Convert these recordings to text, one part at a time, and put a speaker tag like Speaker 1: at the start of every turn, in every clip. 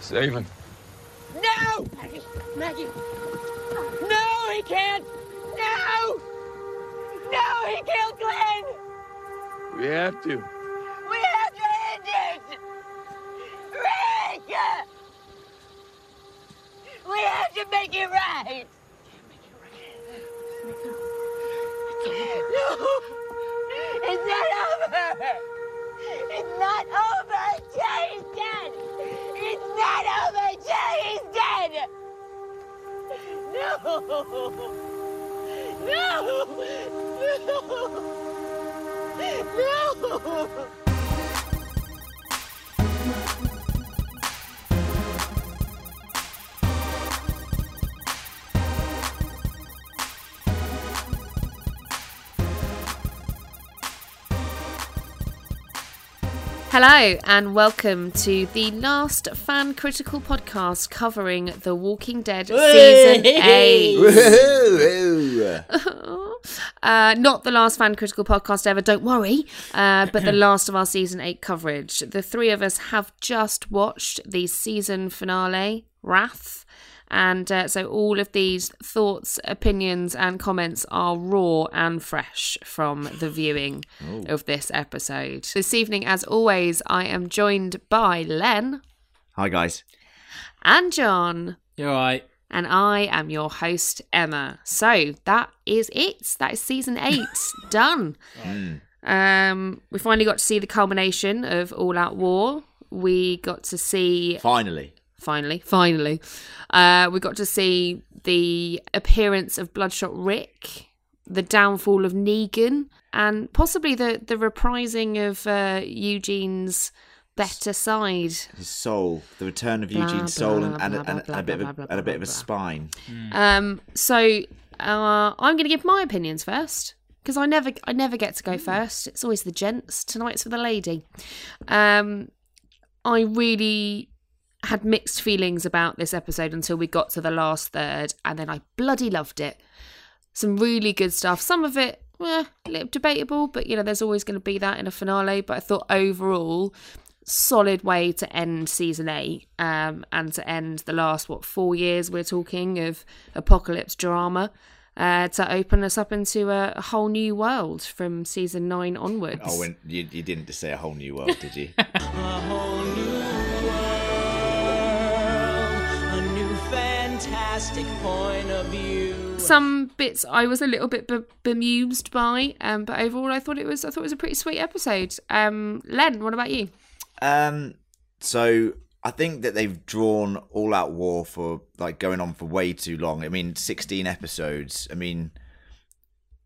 Speaker 1: Saving.
Speaker 2: No! Maggie! Maggie! No, he can't! No! No, he killed Glenn!
Speaker 1: We have to.
Speaker 2: We have to end it! Rick! We have to make it right! No! It's not over! It's not over until he's dead! It's not over until he's dead! No! No! No! no.
Speaker 3: Hello, and welcome to the last fan critical podcast covering The Walking Dead Season 8. Uh, not the last fan critical podcast ever, don't worry, uh, but the last of our Season 8 coverage. The three of us have just watched the season finale, Wrath. And uh, so all of these thoughts, opinions, and comments are raw and fresh from the viewing of this episode. This evening, as always, I am joined by Len
Speaker 4: Hi guys.
Speaker 3: and John.
Speaker 5: You're right.
Speaker 3: And I am your host, Emma. So that is it. That is season eight. Done. Um, we finally got to see the culmination of All Out War. We got to see
Speaker 4: Finally.
Speaker 3: finally, finally, uh, we got to see the appearance of Bloodshot Rick, the downfall of Negan, and possibly the the reprising of uh, Eugene's better side.
Speaker 4: His soul. The return of
Speaker 3: Blah,
Speaker 4: Eugene's
Speaker 3: blah,
Speaker 4: soul and, and,
Speaker 3: blah,
Speaker 4: and,
Speaker 3: blah,
Speaker 4: and a bit of
Speaker 3: blah,
Speaker 4: a,
Speaker 3: blah,
Speaker 4: and a bit of
Speaker 3: blah, blah.
Speaker 4: a spine.
Speaker 3: Um, so uh, I'm going to give my opinions first because I never, I never get to go first. It's always the gents. Tonight's for the lady. Um, I really had mixed feelings about this episode until we got to the last third, and then I bloody loved it. Some really good stuff. Some of it, eh, a little debatable, but you know, there's always going to be that in a finale. But I thought overall, solid way to end season eight um, and to end the last what four years we're talking of apocalypse drama uh, to open us up into a, a whole new world from season nine onwards.
Speaker 4: Oh, and you, you didn't just say a whole new world, did you?
Speaker 6: a new fantastic point of view.
Speaker 3: Some bits I was a little bit b- bemused by, um, but overall I thought it was I thought it was a pretty sweet episode. Um, Len, what about you?
Speaker 4: Um, so I think that they've drawn all out war for like going on for way too long. I mean, sixteen episodes. I mean,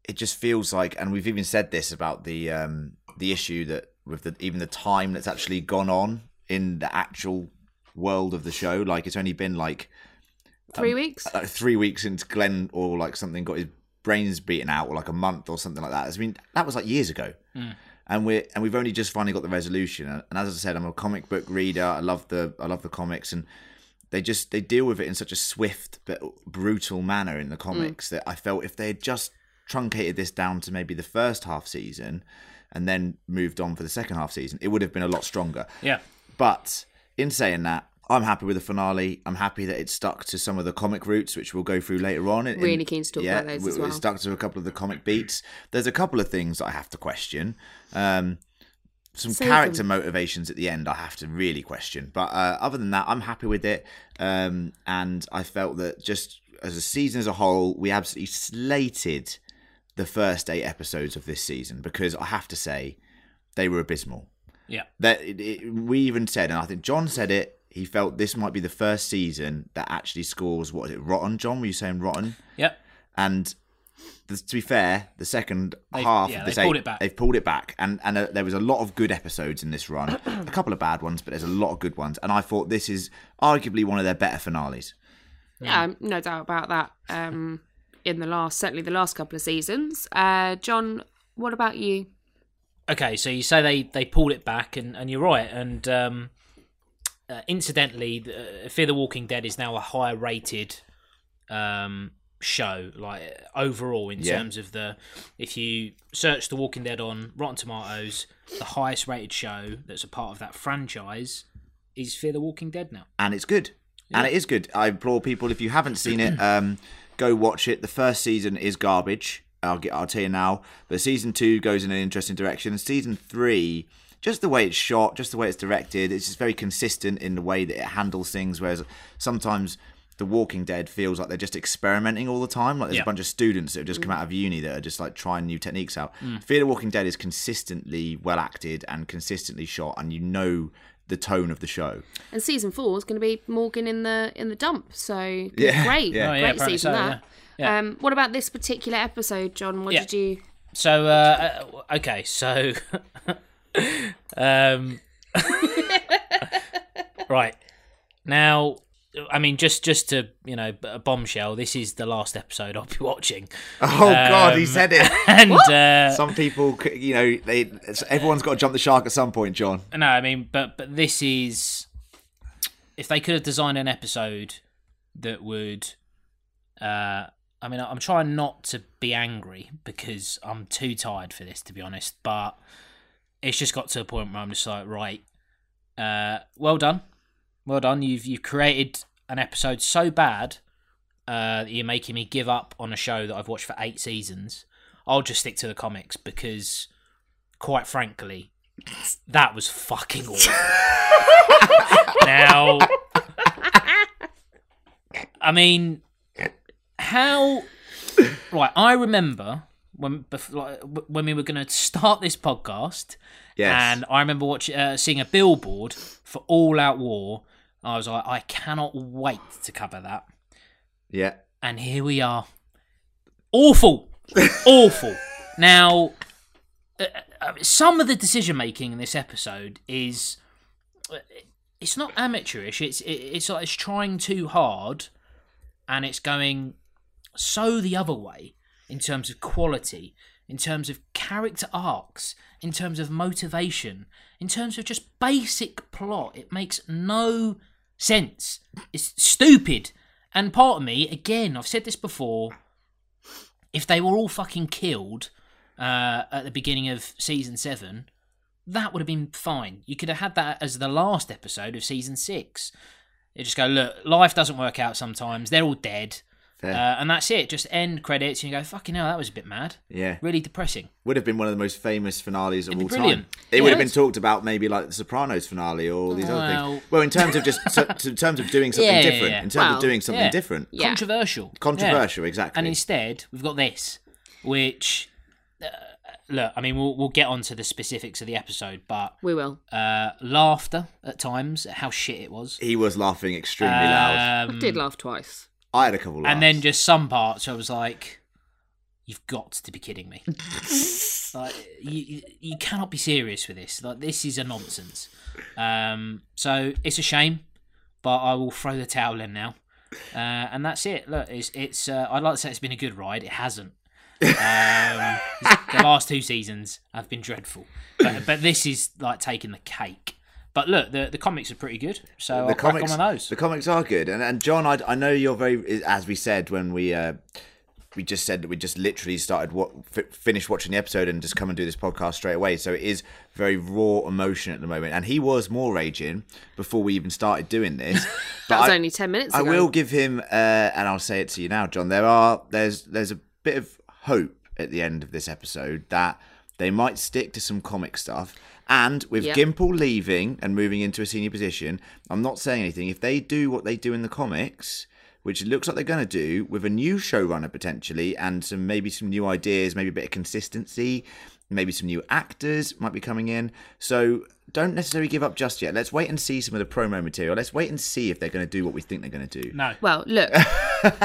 Speaker 4: it just feels like, and we've even said this about the um the issue that with the even the time that's actually gone on in the actual world of the show. Like it's only been like
Speaker 3: Three
Speaker 4: Um,
Speaker 3: weeks.
Speaker 4: like three weeks since Glenn or like something got his brains beaten out, or like a month or something like that. I mean, that was like years ago, and we're and we've only just finally got the resolution. And, and as I said, I'm a comic book reader. I love the I love the comics, and they just they deal with it in such a swift but brutal manner in the comics that I felt if they had just truncated this down to maybe the first half season and then moved on for the second half season, it would have been a lot stronger.
Speaker 5: Yeah.
Speaker 4: But in saying that, I'm happy with the finale. I'm happy that it stuck to some of the comic roots, which we'll go through later on. In-
Speaker 3: Really keen to talk about those
Speaker 4: we-
Speaker 3: as
Speaker 4: we
Speaker 3: well.
Speaker 4: stuck to a couple of the comic beats. There's a couple of things that I have to question. Um, some
Speaker 3: Save
Speaker 4: character
Speaker 3: them.
Speaker 4: motivations at the end I have to really question. But uh, other than that, I'm happy with it. Um, and I felt that just as a season as a whole, we absolutely slated the first eight episodes of this season because I have to say they were abysmal
Speaker 5: Yeah.
Speaker 4: that it, it, we even said, and I think John said it. He felt this might be the first season that actually scores what is it? Rotten, John? Were you saying rotten?
Speaker 5: Yeah.
Speaker 4: And the, to be fair, the 2nd
Speaker 5: They've-
Speaker 4: half
Speaker 5: yeah,
Speaker 4: of this
Speaker 5: they've pulled
Speaker 4: eight-
Speaker 5: it back.
Speaker 4: they've pulled it back, and and uh, there was a lot of good episodes in this run, a couple of bad ones, but there's a lot of good ones, and I thought this is arguably one of their better finales.
Speaker 3: Yeah, um, no doubt about that. Um, in the last, certainly the last couple of seasons. Uh, John, what about you?
Speaker 5: Okay, so you say they they pulled it back, and and you're right. And um, uh, incidentally, the, uh, Fear the Walking Dead is now a higher rated um show like overall in
Speaker 4: Yeah.
Speaker 5: terms of the if you search the walking dead on rotten tomatoes the highest rated show that's a part of that franchise is Fear the Walking Dead now.
Speaker 4: and it's good. And it is good. I implore people if you haven't seen it, um, go watch it. The first season is garbage. I'll get. I'll tell you now. But season two goes in an interesting direction. Season three, just the way it's shot, just the way it's directed, it's just very consistent in the way that it handles things. Whereas sometimes The Walking Dead feels like they're just experimenting all the time. Like there's
Speaker 5: Yeah.
Speaker 4: a bunch of students that have just come out of uni that are just like trying new techniques out. Fear the Walking Dead is consistently well acted and consistently shot, and you know the tone of the show.
Speaker 3: And season four is going to be Morgan in the in the dump. So
Speaker 4: Yeah,
Speaker 3: great,
Speaker 4: yeah. Oh,
Speaker 5: yeah,
Speaker 3: great
Speaker 5: apparently
Speaker 3: season
Speaker 5: so,
Speaker 3: that.
Speaker 5: yeah. Yeah.
Speaker 3: Um, what about this particular episode, John? What
Speaker 5: Yeah.
Speaker 3: did you?
Speaker 5: So, uh, uh, okay, so. um, right. Now, I mean, just just to, you know, b- a bombshell, this is the last episode I'll be watching.
Speaker 4: Oh God,
Speaker 5: Um,
Speaker 4: he said it.
Speaker 5: And, uh,
Speaker 4: Some people, c- you know, they it's- everyone's got to jump the shark at some point, John.
Speaker 5: no, I mean, but but this is. If they could have designed an episode that would. Uh, I mean, I'm trying not to be angry because I'm too tired for this, to be honest, but it's just got to a point where I'm just like, right, uh, well done, well done. You've you have created an episode so bad uh, that you're making me give up on a show that I've watched for eight seasons. I'll just stick to the comics because, quite frankly, that was fucking awful. now, I mean, how? Right, I remember when bef- like, w- when we were going to start this podcast.
Speaker 4: Yes.
Speaker 5: And I remember watching, uh, seeing a billboard for All Out War. I was like, I cannot wait to cover that.
Speaker 4: Yeah.
Speaker 5: And here we are. Awful, awful. Now, uh, uh, some of the decision making in this episode is uh, it's not amateurish. It's it, it's like it's trying too hard, and it's going so the other way in terms of quality, in terms of character arcs, in terms of motivation, in terms of just basic plot. It makes no sense. It's stupid. And part of me, again, I've said this before, if they were all fucking killed uh, at the beginning of season seven, that would have been fine. You could have had that as the last episode of season six. You just go, look, life doesn't work out sometimes. They're all dead.
Speaker 4: Fair.
Speaker 5: Uh, and that's it. Just end credits, and you go, fucking hell, that was a bit mad.
Speaker 4: yeah.
Speaker 5: Really depressing.
Speaker 4: Would have been one of the most famous finales of
Speaker 5: It'd be
Speaker 4: all
Speaker 5: brilliant.
Speaker 4: time. It would have been
Speaker 5: Yeah.
Speaker 4: talked about maybe like the Sopranos finale or all these other
Speaker 5: Well-
Speaker 4: things. Well, in terms of just so, in terms of doing something
Speaker 5: Yeah, yeah,
Speaker 4: different,
Speaker 5: yeah.
Speaker 4: in terms
Speaker 3: Well,
Speaker 4: of doing something
Speaker 5: yeah.
Speaker 4: different,
Speaker 3: Yeah.
Speaker 5: Controversial.
Speaker 4: controversial,
Speaker 5: Yeah.
Speaker 4: exactly.
Speaker 5: And instead, we've got this, which, uh, look, I mean, we'll, we'll get onto the specifics of the episode, but
Speaker 3: We will.
Speaker 5: uh, laughter at times at how shit it was.
Speaker 4: he was laughing extremely loud.
Speaker 3: I did laugh twice.
Speaker 4: I had a couple. Laughs.
Speaker 5: Uh, And then just some parts, I was like, "You've got to be kidding me! like, you, you you cannot be serious with this. Like, this is a nonsense." Um, so it's a shame, but I will throw the towel in now, uh, and that's it. Look, it's it's. Uh, I'd like to say it's been a good ride. It hasn't. Um, the last two seasons have been dreadful, but, but this is like taking the cake. But look, the the comics are pretty good, so I'll
Speaker 4: the
Speaker 5: crack
Speaker 4: comics,
Speaker 5: on with those.
Speaker 4: the comics are good, and and John, I, I know you're very, as we said when we uh, we just said that we just literally started what f- finished watching the episode and just come and do this podcast straight away. So it is very raw emotion at the moment, and he was more raging before we even started doing this.
Speaker 3: That was
Speaker 4: I-
Speaker 3: only ten minutes
Speaker 4: I
Speaker 3: ago.
Speaker 4: will give him, uh, and I'll say it to you now, John. There are there's there's a bit of hope at the end of this episode that they might stick to some comic stuff. And with
Speaker 3: Yep.
Speaker 4: Gimple leaving and moving into a senior position, I'm not saying anything. If they do what they do in the comics, which it looks like they're going to do with a new showrunner potentially, and some maybe some new ideas, maybe a bit of consistency, maybe some new actors might be coming in. So don't necessarily give up just yet. Let's wait and see some of the promo material. Let's wait and see if they're going to do what we think they're going to do.
Speaker 5: No,
Speaker 3: Well, look,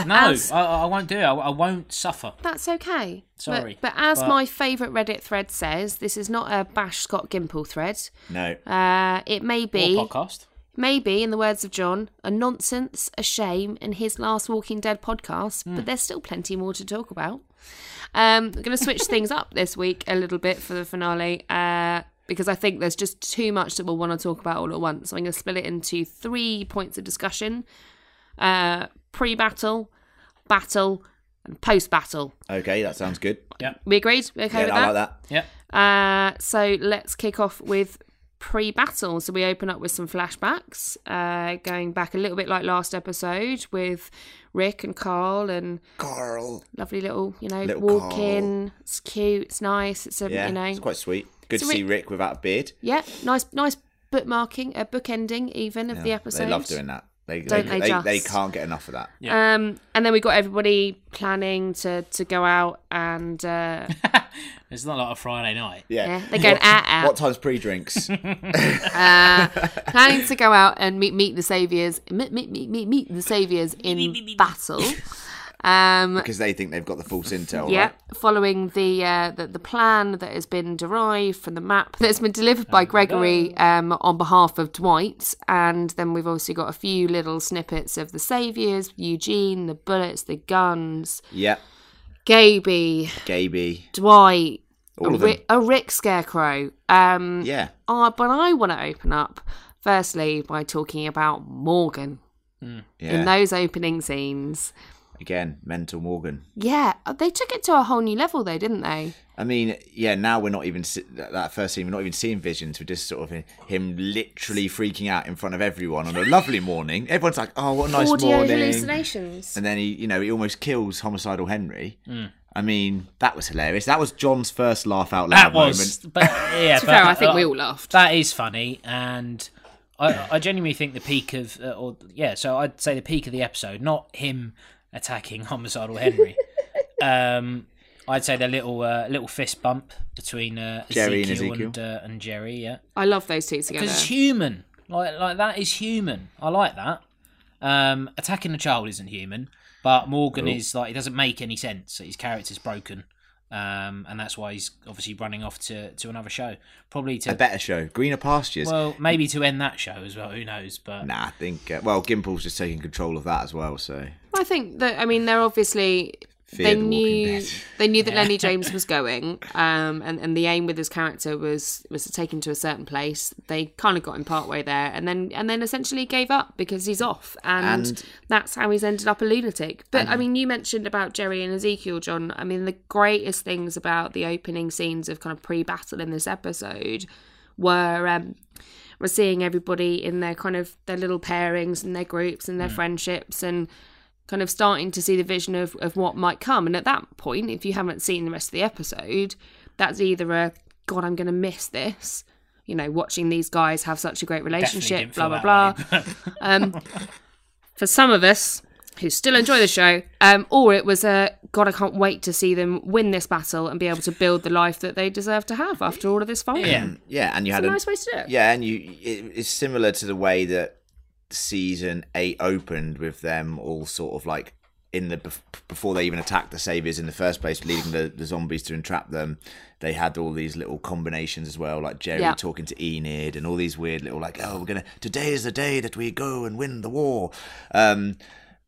Speaker 5: no,
Speaker 3: as-
Speaker 5: I, I won't do it. I, I won't suffer.
Speaker 3: that's okay. But-
Speaker 5: Sorry,
Speaker 3: but, as
Speaker 5: but-
Speaker 3: my favourite Reddit thread says, this is not a bash Scott Gimple thread.
Speaker 4: No.
Speaker 3: Uh, it may be,
Speaker 5: Or podcast.
Speaker 3: maybe, in the words of John, a nonsense, a shame, and his last Walking Dead podcast. But there's still plenty more to talk about. Um, I'm going to switch things up this week a little bit for the finale uh, because I think there's just too much that we'll want to talk about all at once. So I'm going to split it into three points of discussion uh, pre battle, battle, and post battle.
Speaker 4: Okay, that sounds good.
Speaker 5: Yeah,
Speaker 3: We agreed? We okay
Speaker 4: Yeah,
Speaker 3: with
Speaker 4: I like that.
Speaker 5: yeah.
Speaker 3: Uh, so let's kick off with pre-battle. So we open up with some flashbacks, uh, going back a little bit like last episode with Rick and Carl and
Speaker 4: Carl.
Speaker 3: lovely little, you know,
Speaker 4: Little
Speaker 3: walk in. It's cute. It's nice. It's a,
Speaker 4: Yeah,
Speaker 3: you know,
Speaker 4: it's quite sweet. Good
Speaker 3: So
Speaker 4: to see
Speaker 3: we-
Speaker 4: Rick without a beard.
Speaker 3: yeah, nice, nice bookmarking, a book ending even of the
Speaker 4: Yeah,
Speaker 3: episode.
Speaker 4: They love doing that. They
Speaker 3: Don't they
Speaker 4: they, they, they
Speaker 3: just?
Speaker 4: can't get enough of that.
Speaker 3: Um, and then we got everybody planning to to go out and uh,
Speaker 5: It's not like a Friday night.
Speaker 4: Yeah.
Speaker 3: yeah, they're going out out.
Speaker 4: What time's pre-drinks?
Speaker 3: Uh, planning to go out and meet meet the saviors meet meet meet meet, meet the saviors in battle um
Speaker 4: Because they think they've got the false intel.
Speaker 3: yeah
Speaker 4: Right?
Speaker 3: following the, uh, the the plan that has been derived from the map that's been delivered by gregory um on behalf of dwight and then we've also got a few little snippets of the saviors eugene the bullets the guns
Speaker 4: Yeah.
Speaker 3: gaby
Speaker 4: Gaby.
Speaker 3: dwight
Speaker 4: All
Speaker 3: a,
Speaker 4: of them.
Speaker 3: Ri- a rick scarecrow um
Speaker 4: Yeah.
Speaker 3: uh, but i want to open up firstly by talking about morgan
Speaker 4: Yeah.
Speaker 3: in those opening scenes.
Speaker 4: Again, mental Morgan.
Speaker 3: Yeah, uh, they took it to a whole new level, though, didn't they?
Speaker 4: I mean, yeah. Now we're not even se- that that first scene. We're not even seeing visions. We're just sort of hi- him literally freaking out in front of everyone on a lovely morning. Everyone's like, "Oh, what a nice morning!"
Speaker 3: hallucinations.
Speaker 4: And then he, you know, he almost kills homicidal Henry.
Speaker 5: Mm.
Speaker 4: I mean, that was hilarious. That was John's first laugh out loud
Speaker 5: That was,
Speaker 4: moment.
Speaker 5: but yeah, but,
Speaker 3: Fair, I think we
Speaker 5: uh,
Speaker 3: all laughed.
Speaker 5: That is funny, and I, I genuinely think the peak of, uh, or yeah, so I'd say the peak of the episode, not him attacking homicidal Henry. um, I'd say the little uh, little fist bump between uh,
Speaker 4: Jerry and
Speaker 5: Ezekiel and,
Speaker 4: Ezekiel.
Speaker 5: uh, and Jerry, yeah,
Speaker 3: I love those two together.
Speaker 5: because it's human. Like like that is human. I like that. Um, attacking a child isn't human, but Morgan is like it doesn't make any sense. His character's broken. Um, and that's why he's obviously running off to, to another show, probably to
Speaker 4: A better show, greener pastures.
Speaker 5: well, maybe to end that show as well. Who knows? But
Speaker 4: Nah, I think uh, well, Gimple's just taking control of that as well. So
Speaker 3: I think that I mean they're obviously
Speaker 4: Fear
Speaker 3: they
Speaker 4: the Walking
Speaker 3: knew
Speaker 4: Dead.
Speaker 3: they knew that Lenny James was going, um, and and the aim with his character was was to take him to a certain place. They kind of got him partway there, and then and then essentially gave up because he's off, and,
Speaker 4: And-
Speaker 3: that's how he's ended up a lunatic. But I mean, you mentioned about Jerry and Ezekiel, John. I mean, the greatest things about the opening scenes of kind of pre-battle in this episode were um, we're seeing everybody in their kind of their little pairings and their groups and their
Speaker 5: Mm.
Speaker 3: friendships and kind of starting to see the vision of, of what might come. And at that point, if you haven't seen the rest of the episode, that's either a God, I'm going to miss this. You know, watching these guys have such a great relationship,
Speaker 5: didn't
Speaker 3: blah
Speaker 5: feel
Speaker 3: blah blah.
Speaker 5: that
Speaker 3: For some of us who still enjoy the show, um, or it was a God, I can't wait to see them win this battle and be able to build the life that they deserve to have after all of this fighting.
Speaker 5: yeah,
Speaker 4: yeah, and you had
Speaker 3: It's a
Speaker 4: a-
Speaker 3: nice way to do it.
Speaker 4: Yeah, and you it, it's similar to the way that season eight opened with them all sort of like in the bef- before they even attacked the saviors in the first place, leading the, the zombies to entrap them. They had all these little combinations as well, like Jerry
Speaker 3: Yeah.
Speaker 4: talking to Enid, and all these weird little like, oh, we're gonna today is the day that we go and win the war. Um,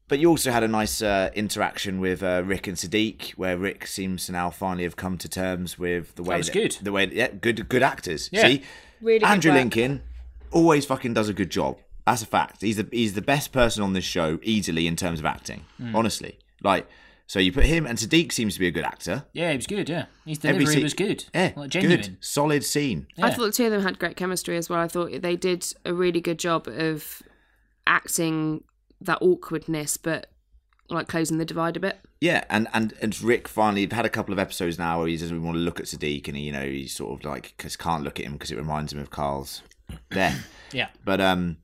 Speaker 4: but you also had a nice uh, interaction with uh, Rick and Sadiq, where Rick seems to now finally have come to terms with the way
Speaker 5: was good.
Speaker 4: The way, yeah, good, good actors.
Speaker 5: Yeah.
Speaker 4: See,
Speaker 3: Really good
Speaker 4: Andrew
Speaker 3: work.
Speaker 4: Lincoln always fucking does a good job. That's a fact. He's the he's the best person on this show easily in terms of acting.
Speaker 5: Hmm.
Speaker 4: Honestly, like so you put him and Sadiq seems to be a good actor.
Speaker 5: yeah, he was good. Yeah, his
Speaker 4: Every
Speaker 5: delivery
Speaker 4: scene-
Speaker 5: was good.
Speaker 4: Yeah,
Speaker 5: like, genuine.
Speaker 4: good, solid scene.
Speaker 3: I
Speaker 5: Yeah.
Speaker 3: thought the two of them had great chemistry as well. I thought they did a really good job of acting that awkwardness, but like closing the divide a bit.
Speaker 4: Yeah, and and and Rick finally we've had a couple of episodes now where he doesn't want to look at Sadiq, and he, you know he sort of like just can't look at him because it reminds him of Carl's death.
Speaker 5: Yeah,
Speaker 4: but um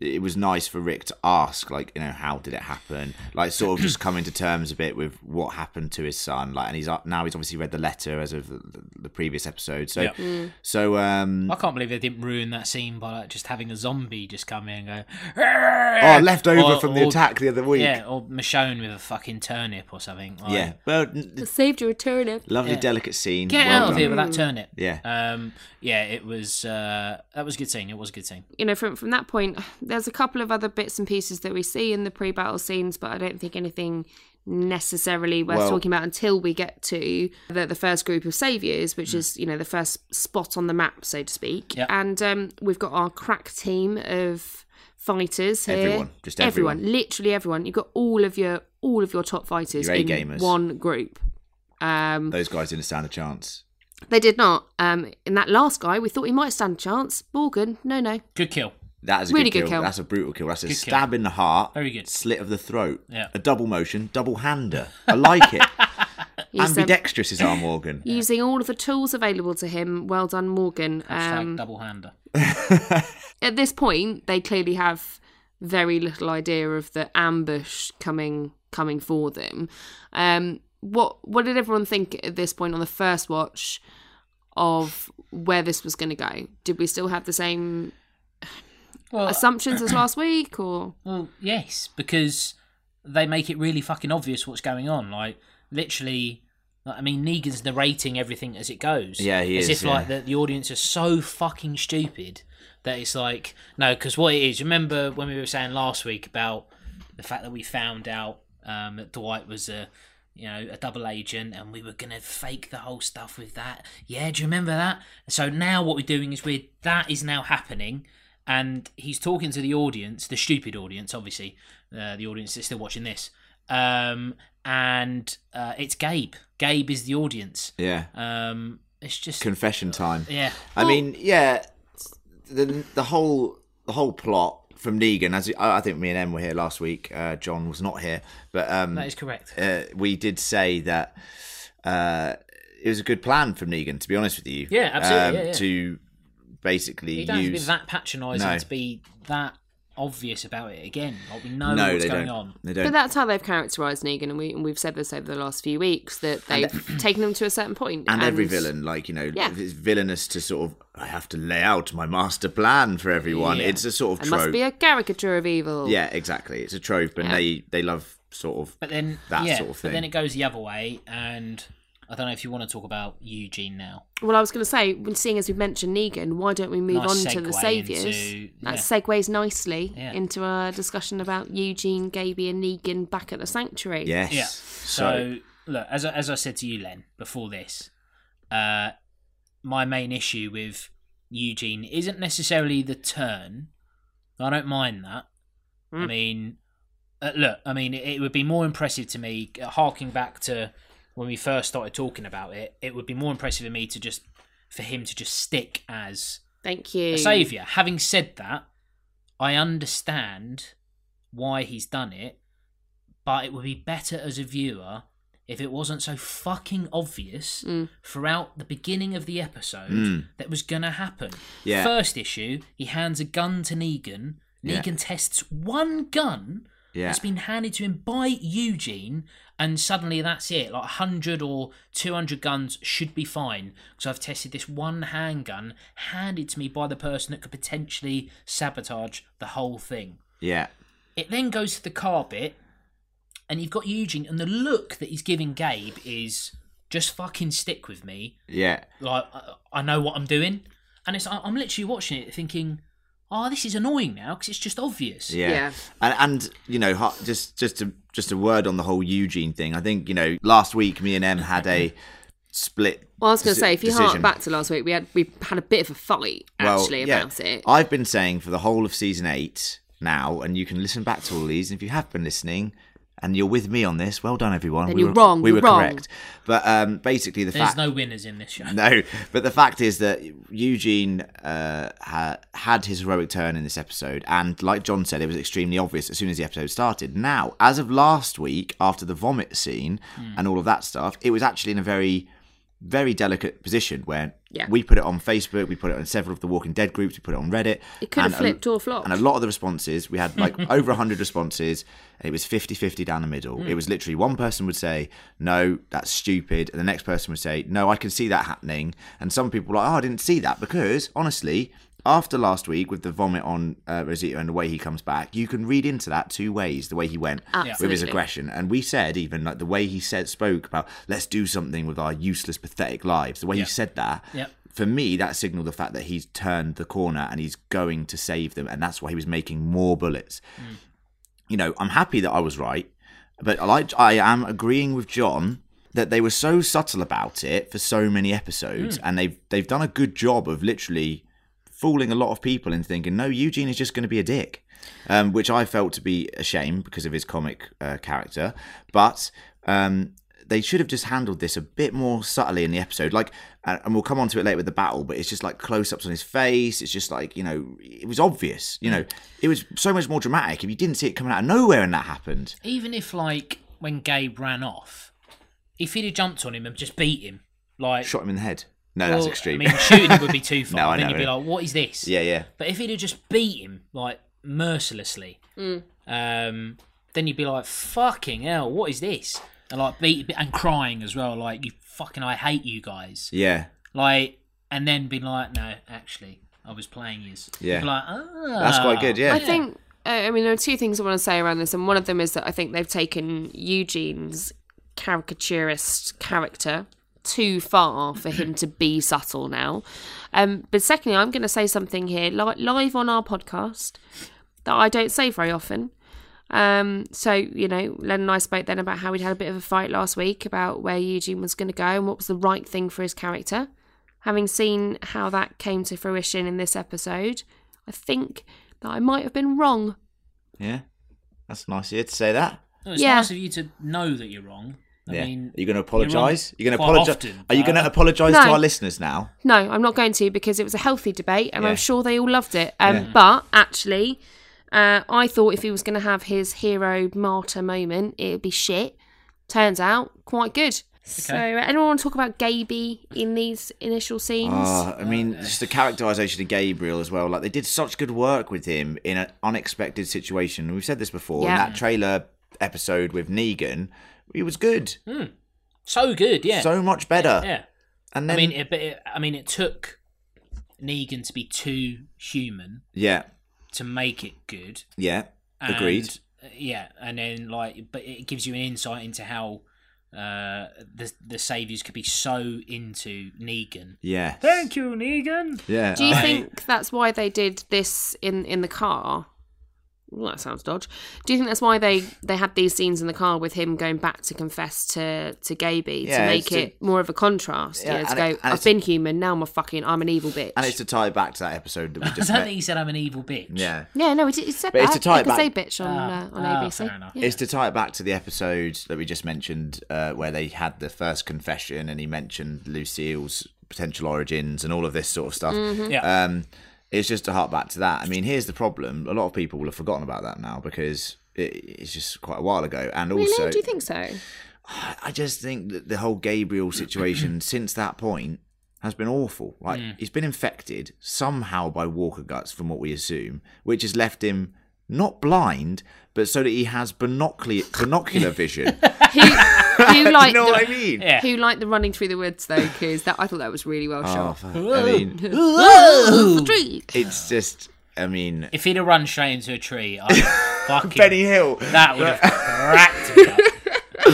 Speaker 4: it was nice for Rick to ask, like, you know, how did it happen? Like, sort of just coming to terms a bit with what happened to his son. Like, and he's now he's obviously read the letter as of the, the previous episode. So,
Speaker 5: Yeah.
Speaker 3: Mm.
Speaker 4: so um,
Speaker 5: I can't believe they didn't ruin that scene by like just having a zombie just come in and go.
Speaker 4: oh, left over
Speaker 5: Or-
Speaker 4: from the
Speaker 5: or-
Speaker 4: attack the other week.
Speaker 5: Yeah, or Michonne with a fucking turnip or something. Like,
Speaker 4: yeah. Well, n-
Speaker 3: Saved your turnip.
Speaker 4: lovely, delicate scene.
Speaker 5: Get
Speaker 4: Well
Speaker 5: out of
Speaker 4: done.
Speaker 5: here with that turnip.
Speaker 4: Yeah.
Speaker 5: Um. Yeah, it was. Uh, that was a good scene. It was a good scene.
Speaker 3: You know, from from that point, there's a couple of other bits and pieces that we see in the pre-battle scenes, but I don't think anything necessarily worth
Speaker 4: Well-
Speaker 3: talking about until we get to the, the first group of saviors,
Speaker 4: Hmm.
Speaker 3: which is you know the first spot on the map, so to speak.
Speaker 5: Yeah.
Speaker 3: And um, we've got our crack team of fighters here.
Speaker 4: Everyone, just everyone.
Speaker 3: literally everyone. You've got all of your all of your top fighters
Speaker 4: Your
Speaker 3: in
Speaker 4: A-gamers.
Speaker 3: one group. Um,
Speaker 4: Those guys didn't stand a chance.
Speaker 3: They did not. Um, in that last guy, we thought he might stand a chance. Morgan, no, no.
Speaker 5: Good kill.
Speaker 4: That is a
Speaker 3: Really good
Speaker 4: good, kill.
Speaker 3: kill.
Speaker 4: That's a brutal kill. That's a
Speaker 5: Good kill.
Speaker 4: stab in the heart.
Speaker 5: Very good.
Speaker 4: Slit of the throat.
Speaker 5: Yeah.
Speaker 4: A double motion, double hander. I like it.
Speaker 3: He's, um,
Speaker 4: Ambidextrous is our Morgan.
Speaker 3: using all of the tools available to him. Well done, Morgan.
Speaker 5: Hashtag
Speaker 3: Um,
Speaker 5: double hander.
Speaker 3: at this point, they clearly have very little idea of the ambush coming coming for them. Um, what what did everyone think at this point on the first watch of where this was going to go? Did we still have the same
Speaker 4: Uh,
Speaker 5: Well,
Speaker 3: assumptions as last week, or
Speaker 5: Well, yes, because they make it really fucking obvious what's going on. Like, literally, like, I mean, Negan's narrating everything as it goes.
Speaker 4: Yeah, he
Speaker 5: as
Speaker 4: is,
Speaker 5: As if like
Speaker 4: yeah.
Speaker 5: the, the audience are so fucking stupid that it's like no, because what it is. Remember when we were saying last week about the fact that we found out um, that Dwight was a you know a double agent and we were gonna fake the whole stuff with that. Yeah, do you remember that? So now what we're doing is we're that is now happening, and he's talking to the audience, the stupid audience, obviously, uh, the audience that's still watching this. Um, and uh, it's Gabe. Gabe is the audience.
Speaker 4: Yeah.
Speaker 5: Um, it's just
Speaker 4: Confession time.
Speaker 5: yeah,
Speaker 4: I mean, yeah, the the whole the whole plot from Negan. As I I think me and Em were here last week. Uh, John was not here, but um,
Speaker 5: that is correct.
Speaker 4: uh, we did say that uh, it was a good plan from Negan. To be honest with you, Um,
Speaker 5: Yeah, absolutely, yeah, yeah.
Speaker 4: To basically
Speaker 5: You
Speaker 4: use
Speaker 5: don't have to be that patronising
Speaker 4: No.
Speaker 5: to be that obvious about it again. Like we know
Speaker 4: no,
Speaker 5: what's
Speaker 4: they
Speaker 5: going
Speaker 4: don't.
Speaker 5: on.
Speaker 4: They
Speaker 3: But
Speaker 4: don't.
Speaker 3: that's how they've characterised Negan, and, we, and we've said this over the last few weeks that they've taken him to a certain point.
Speaker 4: e- and every villain, like you know,
Speaker 3: Yeah.
Speaker 4: if it's villainous to sort of. I have to lay out my master plan for everyone.
Speaker 5: Yeah.
Speaker 4: It's a sort of
Speaker 3: It
Speaker 4: trope.
Speaker 3: must be a caricature of evil.
Speaker 4: yeah, exactly. It's a trope, and they they love sort of.
Speaker 5: But then
Speaker 4: that
Speaker 5: yeah,
Speaker 4: sort of
Speaker 5: But then
Speaker 4: thing.
Speaker 5: it goes the other way, and I don't know if you want to talk about Eugene now.
Speaker 3: Well, I was going to say, when- seeing as we've mentioned Negan, why don't we move
Speaker 5: Nice
Speaker 3: on to the
Speaker 5: segue
Speaker 3: saviors?
Speaker 5: into-
Speaker 3: that
Speaker 5: yeah.
Speaker 3: segues nicely
Speaker 5: Yeah.
Speaker 3: into our discussion about Eugene, Gaby, and Negan back at the sanctuary.
Speaker 4: Yes.
Speaker 5: Yeah. So, look, as I, as I said to you, Len, before this, uh, my main issue with Eugene isn't necessarily the turn. I don't mind that.
Speaker 3: Hmm.
Speaker 5: I mean, uh, look, I mean, it, it would be more impressive to me, uh, harking back to when we first started talking about it. It would be more impressive to me to just for him to just stick as
Speaker 3: Thank you.
Speaker 5: a savior. Having said that, I understand why he's done it, but it would be better as a viewer if it wasn't so fucking obvious throughout the beginning of the episode that was gonna happen.
Speaker 4: Mm. Yeah.
Speaker 5: First issue, he hands a gun to Negan.
Speaker 4: Yeah.
Speaker 5: Negan tests one gun
Speaker 4: Yeah.
Speaker 5: that's been handed to him by Eugene, and suddenly that's it. Like 100 or 200 guns should be fine because I've tested this one handgun handed to me by the person that could potentially sabotage the whole thing.
Speaker 4: Yeah.
Speaker 5: It then goes to the car bit, and you've got Eugene, and the look that he's giving Gabe is just fucking stick with me.
Speaker 4: Yeah.
Speaker 5: Like, I, I know what I'm doing. And it's I- I'm literally watching it thinking, oh, this is annoying now because it's just obvious.
Speaker 4: Yeah.
Speaker 3: Yeah.
Speaker 4: And, and you know, ha- just just a just a word on the whole Eugene thing. I think you know, last week me and Em had a split.
Speaker 3: Well, I was going to
Speaker 4: deci-
Speaker 3: say, if you
Speaker 4: decision.
Speaker 3: hark back to last week, we had we had a bit of a fight
Speaker 4: Well,
Speaker 3: actually
Speaker 4: yeah.
Speaker 3: about it.
Speaker 4: I've been saying for the whole of season eight now, and you can listen back to all these. And if you have been listening. And you're with me on this. Well done, everyone.
Speaker 3: Then
Speaker 4: we
Speaker 3: you're
Speaker 4: were,
Speaker 3: wrong,
Speaker 4: We
Speaker 3: you're
Speaker 4: were
Speaker 3: wrong.
Speaker 4: correct. But um, basically, the
Speaker 5: There's
Speaker 4: fact
Speaker 5: no winners in this show.
Speaker 4: no, but the fact is that Eugene uh, ha- had his heroic turn in this episode, and like John said, it was extremely obvious as soon as the episode started. Now, as of last week, after the vomit scene
Speaker 3: Hmm.
Speaker 4: and all of that stuff, it was actually in a very, very delicate position where
Speaker 3: Yeah.
Speaker 4: we put it on Facebook, we put it on several of the Walking Dead groups, we put it on Reddit.
Speaker 3: It could have
Speaker 4: and a-
Speaker 3: flipped or flopped.
Speaker 4: And a lot of the responses, we had like over 100 responses, and it was 50 50 down the middle. It was literally one person would say, No, that's stupid. And the next person would say, No, I can see that happening. And some people were like, Oh, I didn't see that because honestly, after last week with the vomit on uh, Rosita and the way he comes back, you can read into that two ways the way he went with his
Speaker 3: Absolutely.
Speaker 4: aggression. And we said, even like the way he said, spoke about, let's do something with our useless, pathetic lives, the way he said that
Speaker 5: Yep.
Speaker 4: for me, that signaled the fact that he's turned the corner and he's going to save them, and that's why he was making more bullets. You know, I'm happy that I was right, but I like I am agreeing with John that they were so subtle about it for so many episodes, and they've they've done a good job of literally fooling a lot of people into thinking no, Eugene is just going to be a dick, um, which I felt to be a shame because of his comic uh, character, but. Um, they should have just handled this a bit more subtly in the episode. Like, and and we'll come on to it later with the battle, but it's just like close ups on his face. It's just like, you know, it was obvious. You know, it was so much more dramatic if you didn't see it coming out of nowhere and that happened.
Speaker 5: Even if like when Gabe ran off, if he'd have jumped on him and just beat him, like
Speaker 4: Shot him in the head. No,
Speaker 5: well,
Speaker 4: that's extreme.
Speaker 5: I mean, shooting him would be too far.
Speaker 4: No, I
Speaker 5: then
Speaker 4: know,
Speaker 5: you'd be
Speaker 4: yeah.
Speaker 5: like, "What is this?"
Speaker 4: yeah, yeah.
Speaker 5: But if he'd have just beat him like mercilessly, um, then you'd be like, "Fucking hell, what is this?" And like beat and crying as well, like you fucking, I hate you guys.
Speaker 4: Yeah.
Speaker 5: Like, and then be like, "No, actually, I was playing you."
Speaker 4: Yeah.
Speaker 5: like, ah.
Speaker 4: That's quite good. Yeah.
Speaker 3: I think I I mean there are two things I want to say around this, and one of them is that I think they've taken Eugene's caricaturist character too far for him to be subtle now. Um, but secondly, I'm going to say something here li- live on our podcast that I don't say very often. Um, so you know, Len and I spoke then about how we'd had a bit of a fight last week about where Eugene was going to go and what was the right thing for his character. Having seen how that came to fruition in this episode, I think that I might have been wrong.
Speaker 4: Yeah. That's nice of you to say that.
Speaker 5: No, it's
Speaker 3: Yeah.
Speaker 5: nice of you to know that you're wrong. I
Speaker 4: yeah.
Speaker 5: mean,
Speaker 4: are you going to
Speaker 5: wrong
Speaker 4: apologise? You're going to
Speaker 5: quite
Speaker 4: apologise?
Speaker 5: often,
Speaker 4: Are you
Speaker 5: but-
Speaker 4: going to apologise to
Speaker 3: No.
Speaker 4: our listeners now?
Speaker 3: No, I'm not going to because it was a healthy debate and
Speaker 4: Yeah.
Speaker 3: I'm sure they all loved it. Um,
Speaker 4: Yeah.
Speaker 3: But actually, uh, I thought if he was going to have his hero martyr moment, it'd be shit. Turns out, quite good. So, uh, anyone want to talk about Gaby in these initial scenes?
Speaker 4: Ah, I mean, just the characterisation of Gabriel as well. Like they did such good work with him in an unexpected situation. And We've said this before. In
Speaker 3: Yeah.
Speaker 4: that trailer episode with Negan, he was good.
Speaker 5: so good, yeah,
Speaker 4: So much better.
Speaker 5: yeah.
Speaker 4: And then,
Speaker 5: I mean, it, but it, I mean, it took Negan to be too human
Speaker 4: yeah,
Speaker 5: to make it good.
Speaker 4: yeah,
Speaker 5: And,
Speaker 4: agreed.
Speaker 5: Yeah, and then like, but it gives you an insight into how uh, the the saviors could be so into Negan.
Speaker 4: Yeah,
Speaker 5: Thank you, Negan.
Speaker 4: yeah.
Speaker 3: Do you
Speaker 5: I-
Speaker 3: think that's why they did this in in the car? Well, that sounds dodge. Do you think that's why they they had these scenes in the car with him going back to confess to to Gaby
Speaker 4: Yeah,
Speaker 3: to
Speaker 4: it's
Speaker 3: make
Speaker 4: to-
Speaker 3: it more of a contrast?
Speaker 4: Yeah,
Speaker 3: Yeah, to
Speaker 4: and
Speaker 3: go.
Speaker 4: it- and
Speaker 3: I've
Speaker 4: it's-
Speaker 3: been human. Now I'm a fucking. I'm an evil bitch.
Speaker 4: and it's to tie it back to that episode that we
Speaker 5: I
Speaker 4: just
Speaker 5: don't
Speaker 4: met.
Speaker 5: think he said I'm an evil bitch.
Speaker 4: yeah.
Speaker 3: yeah, no, it, it said
Speaker 4: But
Speaker 3: that.
Speaker 4: it's to tie
Speaker 3: They
Speaker 4: it
Speaker 3: can say
Speaker 4: back-
Speaker 3: bitch on
Speaker 5: Ah,
Speaker 3: uh, on
Speaker 5: ah,
Speaker 3: ABC.
Speaker 5: fair enough.
Speaker 3: Yeah.
Speaker 4: It's to tie it back to the episode that we just mentioned, uh, where they had the first confession, and he mentioned Lucille's potential origins and all of this sort of stuff.
Speaker 5: Yeah.
Speaker 4: Um, it's just to hark back to that. I mean, here's the problem: a lot of people will have forgotten about that now because it, it's just quite a while ago. And
Speaker 3: Really?
Speaker 4: also,
Speaker 3: Do you think so?
Speaker 4: I just think that the whole Gabriel situation since that point has been awful. Like
Speaker 5: Mm.
Speaker 4: he's been infected somehow by Walker guts, from what we assume, which has left him not blind, but so that he has binocular binocular vision.
Speaker 3: Who, who
Speaker 4: you
Speaker 3: liked
Speaker 4: know
Speaker 3: the,
Speaker 4: what I mean?
Speaker 5: Yeah.
Speaker 3: Who liked the running through the woods though? Because that I thought that was really well
Speaker 4: Oh,
Speaker 3: shot.
Speaker 4: fuck. I mean,
Speaker 3: Whoa, tree.
Speaker 4: it's just. I mean,
Speaker 5: If he'd have run straight into a tree, I fucking
Speaker 4: Benny Hill.
Speaker 5: that would have cracked it up.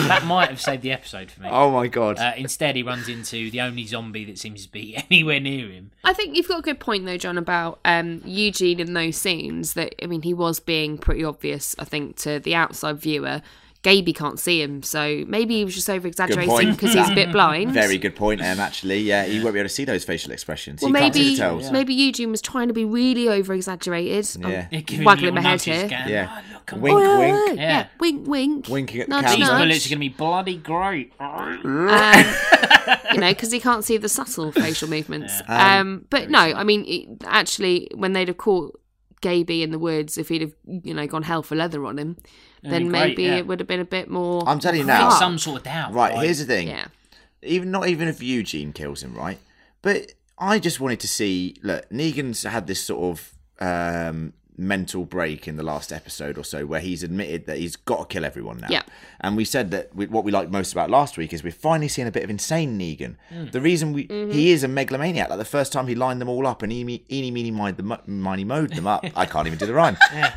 Speaker 5: That might have saved the episode for me.
Speaker 4: Oh my god.
Speaker 5: Uh, instead, he runs into the only zombie that seems to be anywhere near him.
Speaker 3: I think you've got a good point though, John, about um, Eugene in those scenes. That I mean, he was being pretty obvious. I think to the outside viewer, Gaby can't see him, so maybe he was just over exaggerating
Speaker 4: point.
Speaker 3: because he's a bit blind.
Speaker 4: Very good point, Em. Actually, yeah, he won't be able to see those facial expressions.
Speaker 3: Well,
Speaker 4: he can't see
Speaker 3: maybe
Speaker 4: the tells.
Speaker 3: maybe Eugene was trying to be really over exaggerated.
Speaker 4: Yeah.
Speaker 5: They're giving
Speaker 3: Waggling
Speaker 5: little
Speaker 3: my head
Speaker 5: nudges,
Speaker 3: here.
Speaker 5: going,
Speaker 4: Yeah.
Speaker 5: "Oh, look,
Speaker 4: Wink,
Speaker 5: I'm-
Speaker 4: wink.
Speaker 3: yeah.
Speaker 5: Yeah.
Speaker 3: wink, wink,
Speaker 4: Winking at the
Speaker 3: nudge,
Speaker 4: camera.
Speaker 5: These
Speaker 3: nudge.
Speaker 5: bullets are going to be bloody great.
Speaker 3: um, you know, because he can't see the subtle facial movements. Um, but no, I mean, it, actually, when they'd have caught Gaby in the woods, if he'd have, you know, gone hell for leather on him, then
Speaker 5: be great,
Speaker 3: maybe
Speaker 5: yeah.
Speaker 3: it would have been a bit more.
Speaker 4: I'm telling you now.
Speaker 5: Like
Speaker 3: Ah.
Speaker 5: some sort of doubt.
Speaker 4: Right,
Speaker 5: like,
Speaker 4: here's the thing.
Speaker 3: yeah,
Speaker 4: Even not even if Eugene kills him, right? But I just wanted to see. Look, Negan's had this sort of um, mental break in the last episode or so, where he's admitted that he's got to kill everyone now.
Speaker 3: Yeah.
Speaker 4: And we said that we, what we liked most about last week is we're finally seeing a bit of insane Negan. The reason we he is a megalomaniac. Like the first time he lined them all up and eeny, eeny meeny, mide them, up- miny, mowed them up. I can't even do the rhyme.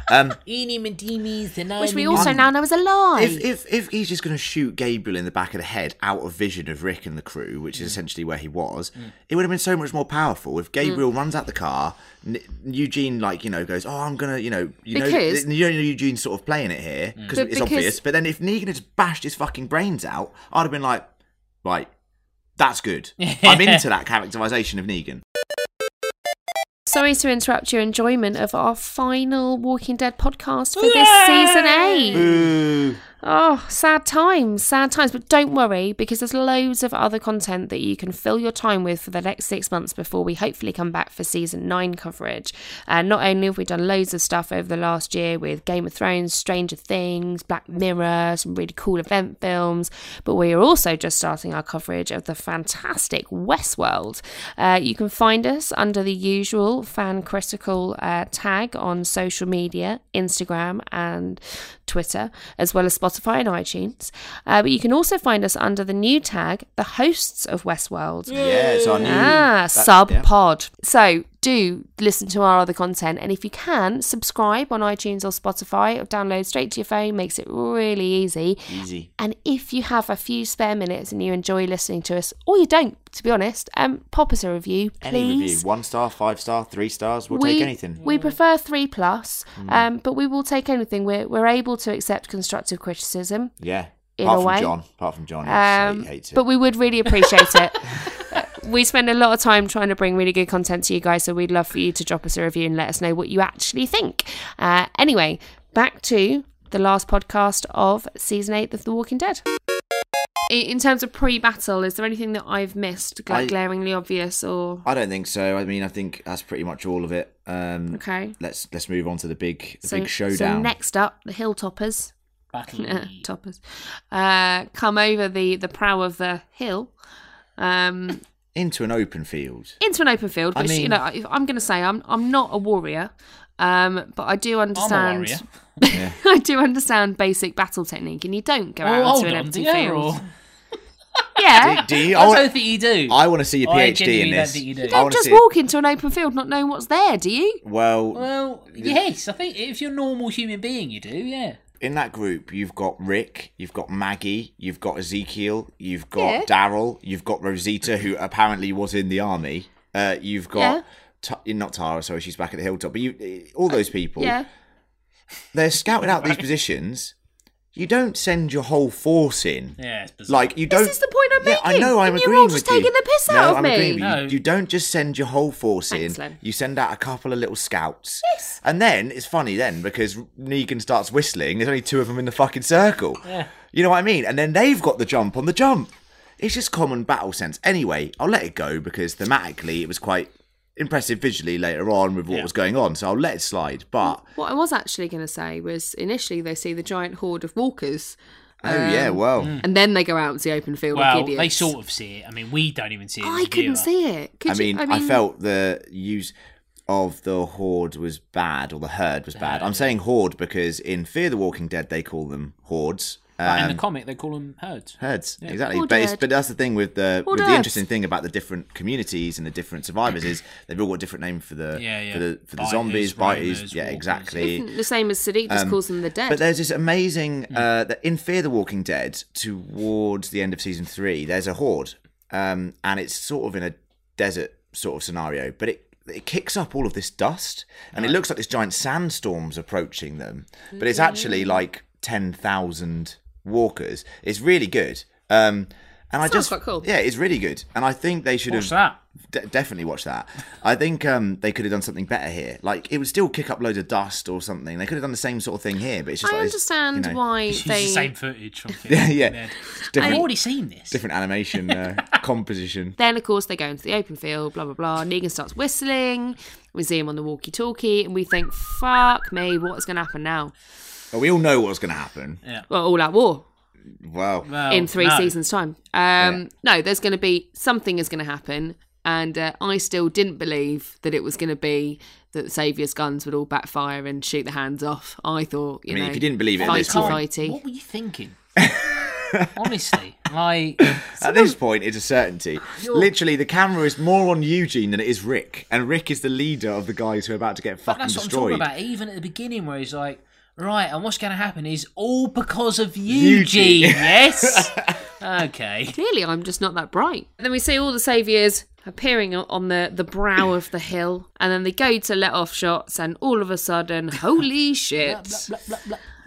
Speaker 4: Um,
Speaker 5: Eeny, meeny, meeny, tiny,
Speaker 3: which we also now know is a lie.
Speaker 4: if, if if he's just going to shoot Gabriel in the back of the head out of vision of Rick and the crew,
Speaker 3: Mm.
Speaker 4: which is essentially where he was, it would have been so much more powerful if
Speaker 3: Mm.
Speaker 4: Gabriel runs out the car. N- Eugene, like you know, goes, "Oh, I'm gonna," you know, you
Speaker 3: Because- Mm.
Speaker 4: know, you know, Eugene's sort of playing it here because
Speaker 3: But
Speaker 4: it's
Speaker 3: because-
Speaker 4: obvious. But then if Negan had just bashed his fucking brains out, I'd have been like, "Right, that's good. I'm into that characterization of Negan."
Speaker 3: Sorry to interrupt your enjoyment of our final Walking Dead podcast for this season eight. Oh, sad times, sad times. But don't worry because there's loads of other content that you can fill your time with for the next six months before we hopefully come back for season nine coverage. And not only have we done loads of stuff over the last year with Game of Thrones, Stranger Things, Black Mirror, some really cool event films, but we are also just starting our coverage of the fantastic Westworld. Uh, you can find us under the usual fan critical uh, tag on social media, Instagram and Twitter, as well as Spotify and iTunes. Uh, but you can also find us under the new tag, the hosts of Westworld.
Speaker 4: Yeah, it's our new
Speaker 3: Ah,
Speaker 4: that-
Speaker 3: sub
Speaker 4: yeah.
Speaker 3: pod. So do listen to our other content, and if you can, subscribe on iTunes or Spotify, or download straight to your phone. Makes it really easy.
Speaker 4: Easy.
Speaker 3: And if you have a few spare minutes and you enjoy listening to us, or you don't, to be honest, um, pop us a review, please.
Speaker 4: Any review, one star, five star, three stars, we'll take anything. Hmm.
Speaker 3: We prefer three plus, um, but we will take anything. We're, we're able to accept constructive criticism.
Speaker 4: yeah.
Speaker 3: in
Speaker 4: apart
Speaker 3: a
Speaker 4: from
Speaker 3: way. Um,
Speaker 4: John, apart from John, he absolutely hates it.
Speaker 3: But we would really appreciate it. we spend a lot of time trying to bring really good content to you guys, so we'd love for you to drop us a review and let us know what you actually think. Uh, anyway, back to the last podcast of season eight of The Walking Dead. I- In terms of pre-battle, is there anything that I've missed, like
Speaker 4: I-
Speaker 3: glaringly obvious, or
Speaker 4: I don't think so. I mean, I think that's pretty much all of it. Um,
Speaker 3: okay?
Speaker 4: Let's let's move on to the big the
Speaker 3: So-
Speaker 4: big showdown.
Speaker 3: So next up, the Hilltoppers.
Speaker 5: Battle.
Speaker 3: toppers uh come over the the prow of the hill um
Speaker 4: Into an open field.
Speaker 3: into an open field
Speaker 4: I
Speaker 3: which you
Speaker 4: mean-
Speaker 3: know I- i'm gonna say i'm i'm not a warrior um but i do
Speaker 5: I'm a
Speaker 3: understand
Speaker 5: warrior.
Speaker 3: i do understand basic battle technique and you don't go
Speaker 5: Oh,
Speaker 3: out
Speaker 5: hold
Speaker 3: into an
Speaker 5: on, do
Speaker 3: empty
Speaker 5: you?
Speaker 3: field
Speaker 5: Or-
Speaker 3: yeah
Speaker 4: Do you?
Speaker 5: I
Speaker 4: I
Speaker 5: don't
Speaker 4: want,
Speaker 5: think you do.
Speaker 4: I want to see your
Speaker 5: Oh,
Speaker 4: PhD
Speaker 5: I
Speaker 4: in
Speaker 5: genuinely don't
Speaker 4: this.
Speaker 5: think you do. You
Speaker 4: I
Speaker 3: don't
Speaker 4: want to
Speaker 3: just
Speaker 4: see. it-
Speaker 3: walk into an open field not knowing what's there do you
Speaker 4: Well,
Speaker 5: Well, yes, I think if you're a normal human being, you do. Yeah.
Speaker 4: in that group, you've got Rick, you've got Maggie, you've got Ezekiel, you've got
Speaker 3: Yeah.
Speaker 4: Daryl, you've got Rosita, who apparently was in the army. Uh, you've got. Ta- not Tara, sorry, she's back at the hilltop. But you, all those people,
Speaker 3: yeah
Speaker 4: they're scouting out these positions. You don't send your whole force in.
Speaker 5: Yeah. It's bizarre.
Speaker 4: Like you don't.
Speaker 3: is the point I'm
Speaker 4: oh, yeah, I
Speaker 3: making,
Speaker 4: know. I'm
Speaker 3: and you're
Speaker 4: agreeing
Speaker 3: all just
Speaker 4: with you.
Speaker 3: taking the piss
Speaker 4: no,
Speaker 3: out of
Speaker 4: I'm
Speaker 3: me.
Speaker 4: Agreeing with you.
Speaker 5: No.
Speaker 4: You, you don't just send your whole force
Speaker 3: Thanks,
Speaker 4: in.
Speaker 3: Len.
Speaker 4: You send out a couple of little scouts. Yes. And then it's funny then because Negan starts whistling. There's only two of them in the fucking circle. Yeah. You know what I mean? And then they've got the jump on the jump. It's just common battle sense. Anyway, I'll let it go because thematically it was quite impressive visually later on with what was going on. So I'll let it slide. But
Speaker 3: what i was actually gonna say was initially they see the giant horde of walkers
Speaker 4: oh
Speaker 3: Um,
Speaker 4: yeah, well.
Speaker 5: hmm.
Speaker 3: and then they go out into the open field
Speaker 5: well,
Speaker 3: like idiots.
Speaker 5: they sort of see it. I mean, we don't even see it. as
Speaker 3: I
Speaker 5: a
Speaker 3: couldn't
Speaker 5: viewer.
Speaker 3: see it. Could
Speaker 4: I mean,
Speaker 3: you?
Speaker 4: I felt the use of the horde was bad, or the herd was bad. I'm saying horde because in Fear the Walking Dead they call them hordes.
Speaker 5: But
Speaker 4: Um,
Speaker 5: in the comic, they call them herds.
Speaker 4: herds, exactly.
Speaker 3: Horde
Speaker 4: but, it's,
Speaker 3: herd.
Speaker 4: but that's the thing with the
Speaker 3: Horde
Speaker 4: with the
Speaker 3: herds.
Speaker 4: interesting thing about the different communities and the different survivors is they've all got different name for the
Speaker 5: Yeah, yeah.
Speaker 4: for the for the
Speaker 5: Biters,
Speaker 4: zombies, biters,
Speaker 5: roamers,
Speaker 4: yeah,
Speaker 5: walkers.
Speaker 4: exactly.
Speaker 3: the same as Sadiq just calls them the dead.
Speaker 4: um,
Speaker 3: Hmm.
Speaker 4: But there's this amazing uh, that in Fear the Walking Dead towards the end of season three, there's a horde, um, and it's sort of in a desert sort of scenario, but it it kicks up all of this dust, and it looks like this giant sandstorm's approaching them, but it's
Speaker 3: Mm.
Speaker 4: actually like ten thousand walkers. It's really good. Um, and I
Speaker 3: Sounds
Speaker 4: just
Speaker 3: quite cool.
Speaker 4: yeah, it's really good, and I think they should
Speaker 5: What's
Speaker 4: have
Speaker 5: that?
Speaker 4: De- definitely watch that. I think um, they could have done something better here. Like it would still kick up loads of dust or something. They could have done the same sort of thing here, but it's just
Speaker 3: I
Speaker 4: like this,
Speaker 3: understand
Speaker 4: you know,
Speaker 3: why
Speaker 5: It's
Speaker 3: they.
Speaker 5: the same footage from
Speaker 4: Yeah,
Speaker 5: Fear
Speaker 4: yeah,
Speaker 5: the Walking Dead. I've
Speaker 4: different
Speaker 5: already seen this.
Speaker 4: different animation uh, composition.
Speaker 3: Then, of course, they go into the open field, blah, blah, blah. Negan starts whistling. We see him on the walkie talkie, and we think, fuck me, what's going to happen now?
Speaker 4: But we all know what's going to happen.
Speaker 3: Well, all out war
Speaker 4: Wow.
Speaker 5: Well,
Speaker 3: in three
Speaker 5: Oh, no.
Speaker 3: seasons' time. Um, No, there's going to be something is going to happen. And uh, I still didn't believe that it was going to be that Saviour's guns would all backfire and shoot the hands off. I thought, you
Speaker 4: I mean,
Speaker 3: know,
Speaker 4: if you didn't believe it at
Speaker 3: fighty,
Speaker 4: this point,
Speaker 3: fighty.
Speaker 5: What were you thinking? Honestly, like
Speaker 4: at this point, it's a certainty.
Speaker 5: Ah,
Speaker 4: Literally, the camera is more on Eugene than it is Rick, and Rick is the leader of the guys who are about to get fucking
Speaker 5: that's what
Speaker 4: destroyed.
Speaker 5: I'm talking about. Even at the beginning, where he's like, "Right, and what's going to happen is all because of
Speaker 4: Eugene."
Speaker 5: Eugene." yes. Okay.
Speaker 3: clearly I'm just not that bright. And then we see all the saviours appearing o- on the, the brow of the hill, and then they go to let off shots, and all of a sudden, holy shit,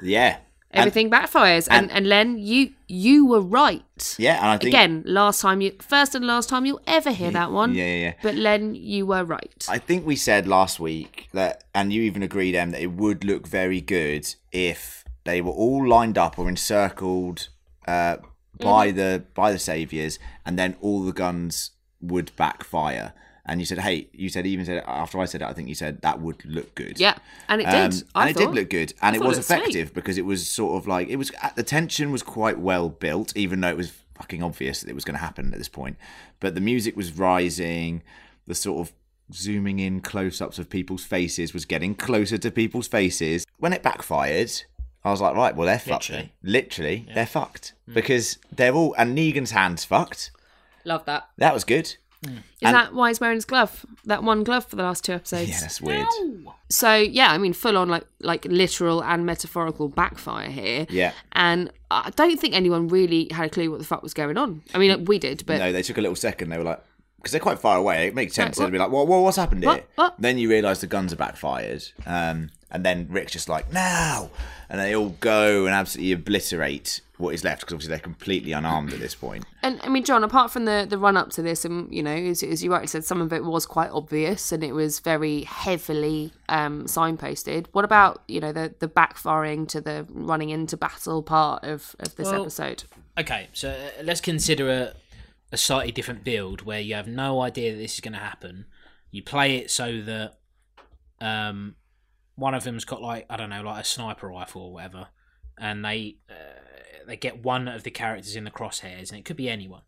Speaker 4: Yeah. And-
Speaker 3: everything backfires. And, and Len, you you were right.
Speaker 4: yeah, and I think
Speaker 3: Again, last time you, first and last time you'll ever hear that one.
Speaker 4: yeah, yeah, yeah.
Speaker 3: But Len, you were right.
Speaker 4: I think we said last week that, and you even agreed, Em, that it would look very good if they were all lined up or encircled uh, by the by the saviors, and then all the guns would backfire. And you said, "Hey," you said even said after I said it, I think you said that would look good.
Speaker 3: Yeah, and it
Speaker 4: Um,
Speaker 3: did. I
Speaker 4: and it
Speaker 3: thought.
Speaker 4: did look good, and
Speaker 3: I
Speaker 4: it
Speaker 3: thought
Speaker 4: was
Speaker 3: it was sweet.
Speaker 4: effective because it was sort of like it was. uh, The tension was quite well built, even though it was fucking obvious that it was going to happen at this point. But the music was rising, the sort of zooming in close-ups of people's faces was getting closer to people's faces. When it backfired, I was like, right, well they're fucked.
Speaker 5: Literally.
Speaker 4: then. Literally, they're fucked because they're all and Negan's hands fucked.
Speaker 3: Love that.
Speaker 4: That was good.
Speaker 3: Is that why he's wearing his glove? That one glove for the last two episodes.
Speaker 4: Yeah, that's weird.
Speaker 3: So yeah, I mean, full on like like literal and metaphorical backfire here.
Speaker 4: Yeah.
Speaker 3: And I don't think anyone really had a clue what the fuck was going on. I mean, we did, but
Speaker 4: No, they took a little second. They were like, because they're quite far away. It makes sense.
Speaker 3: Like,
Speaker 4: They'd be like, "Well, well what's happened here?"
Speaker 3: What? What?
Speaker 4: Then you realise the guns are backfired, um, and then Rick's just like, "Now!" and they all go and absolutely obliterate what is left because obviously they're completely unarmed at this point.
Speaker 3: And I mean, John, apart from the, the run up to this, and you know, as, as you rightly said, some of it was quite obvious and it was very heavily um, signposted. What about you know the the backfiring to the running into battle part of of this
Speaker 5: Well-
Speaker 3: episode?
Speaker 5: Okay, so uh, let's consider a, a slightly different build where you have no idea that this is going to happen. You play it so that um, one of them's got like I don't know, like a sniper rifle or whatever, and they uh, they get one of the characters in the crosshairs, and it could be anyone.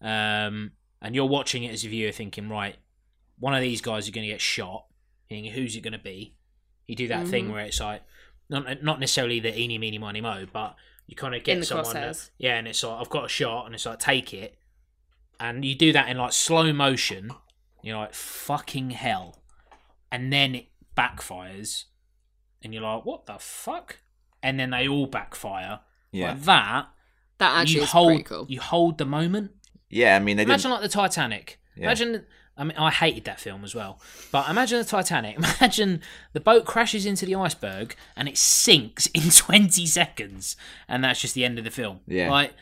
Speaker 5: Um, and you're watching it as a viewer, thinking, right, one of these guys are going to get shot. Thinking, who's it going to be? You do that thing where it's like, not not necessarily the eeny meeny miny mo, but you kind of get
Speaker 3: In the
Speaker 5: someone. that-
Speaker 3: crosshairs.
Speaker 5: yeah, and it's like I've got a shot, and it's like take it, and you do that in like slow motion. You're like fucking hell, and then it backfires, and you're like, what the fuck? And then they all backfire.
Speaker 4: Yeah,
Speaker 5: Like that,
Speaker 3: That actually
Speaker 5: you
Speaker 3: is
Speaker 5: hold
Speaker 3: pretty cool.
Speaker 5: you hold the moment.
Speaker 4: yeah. I mean, they
Speaker 5: Imagine
Speaker 4: didn't.
Speaker 5: like the Titanic.
Speaker 4: Yeah.
Speaker 5: Imagine. I mean, I hated that film as well. But imagine the Titanic. Imagine the boat crashes into the iceberg and it sinks in 20 seconds, and that's just the end of the film.
Speaker 4: Yeah.
Speaker 5: Like,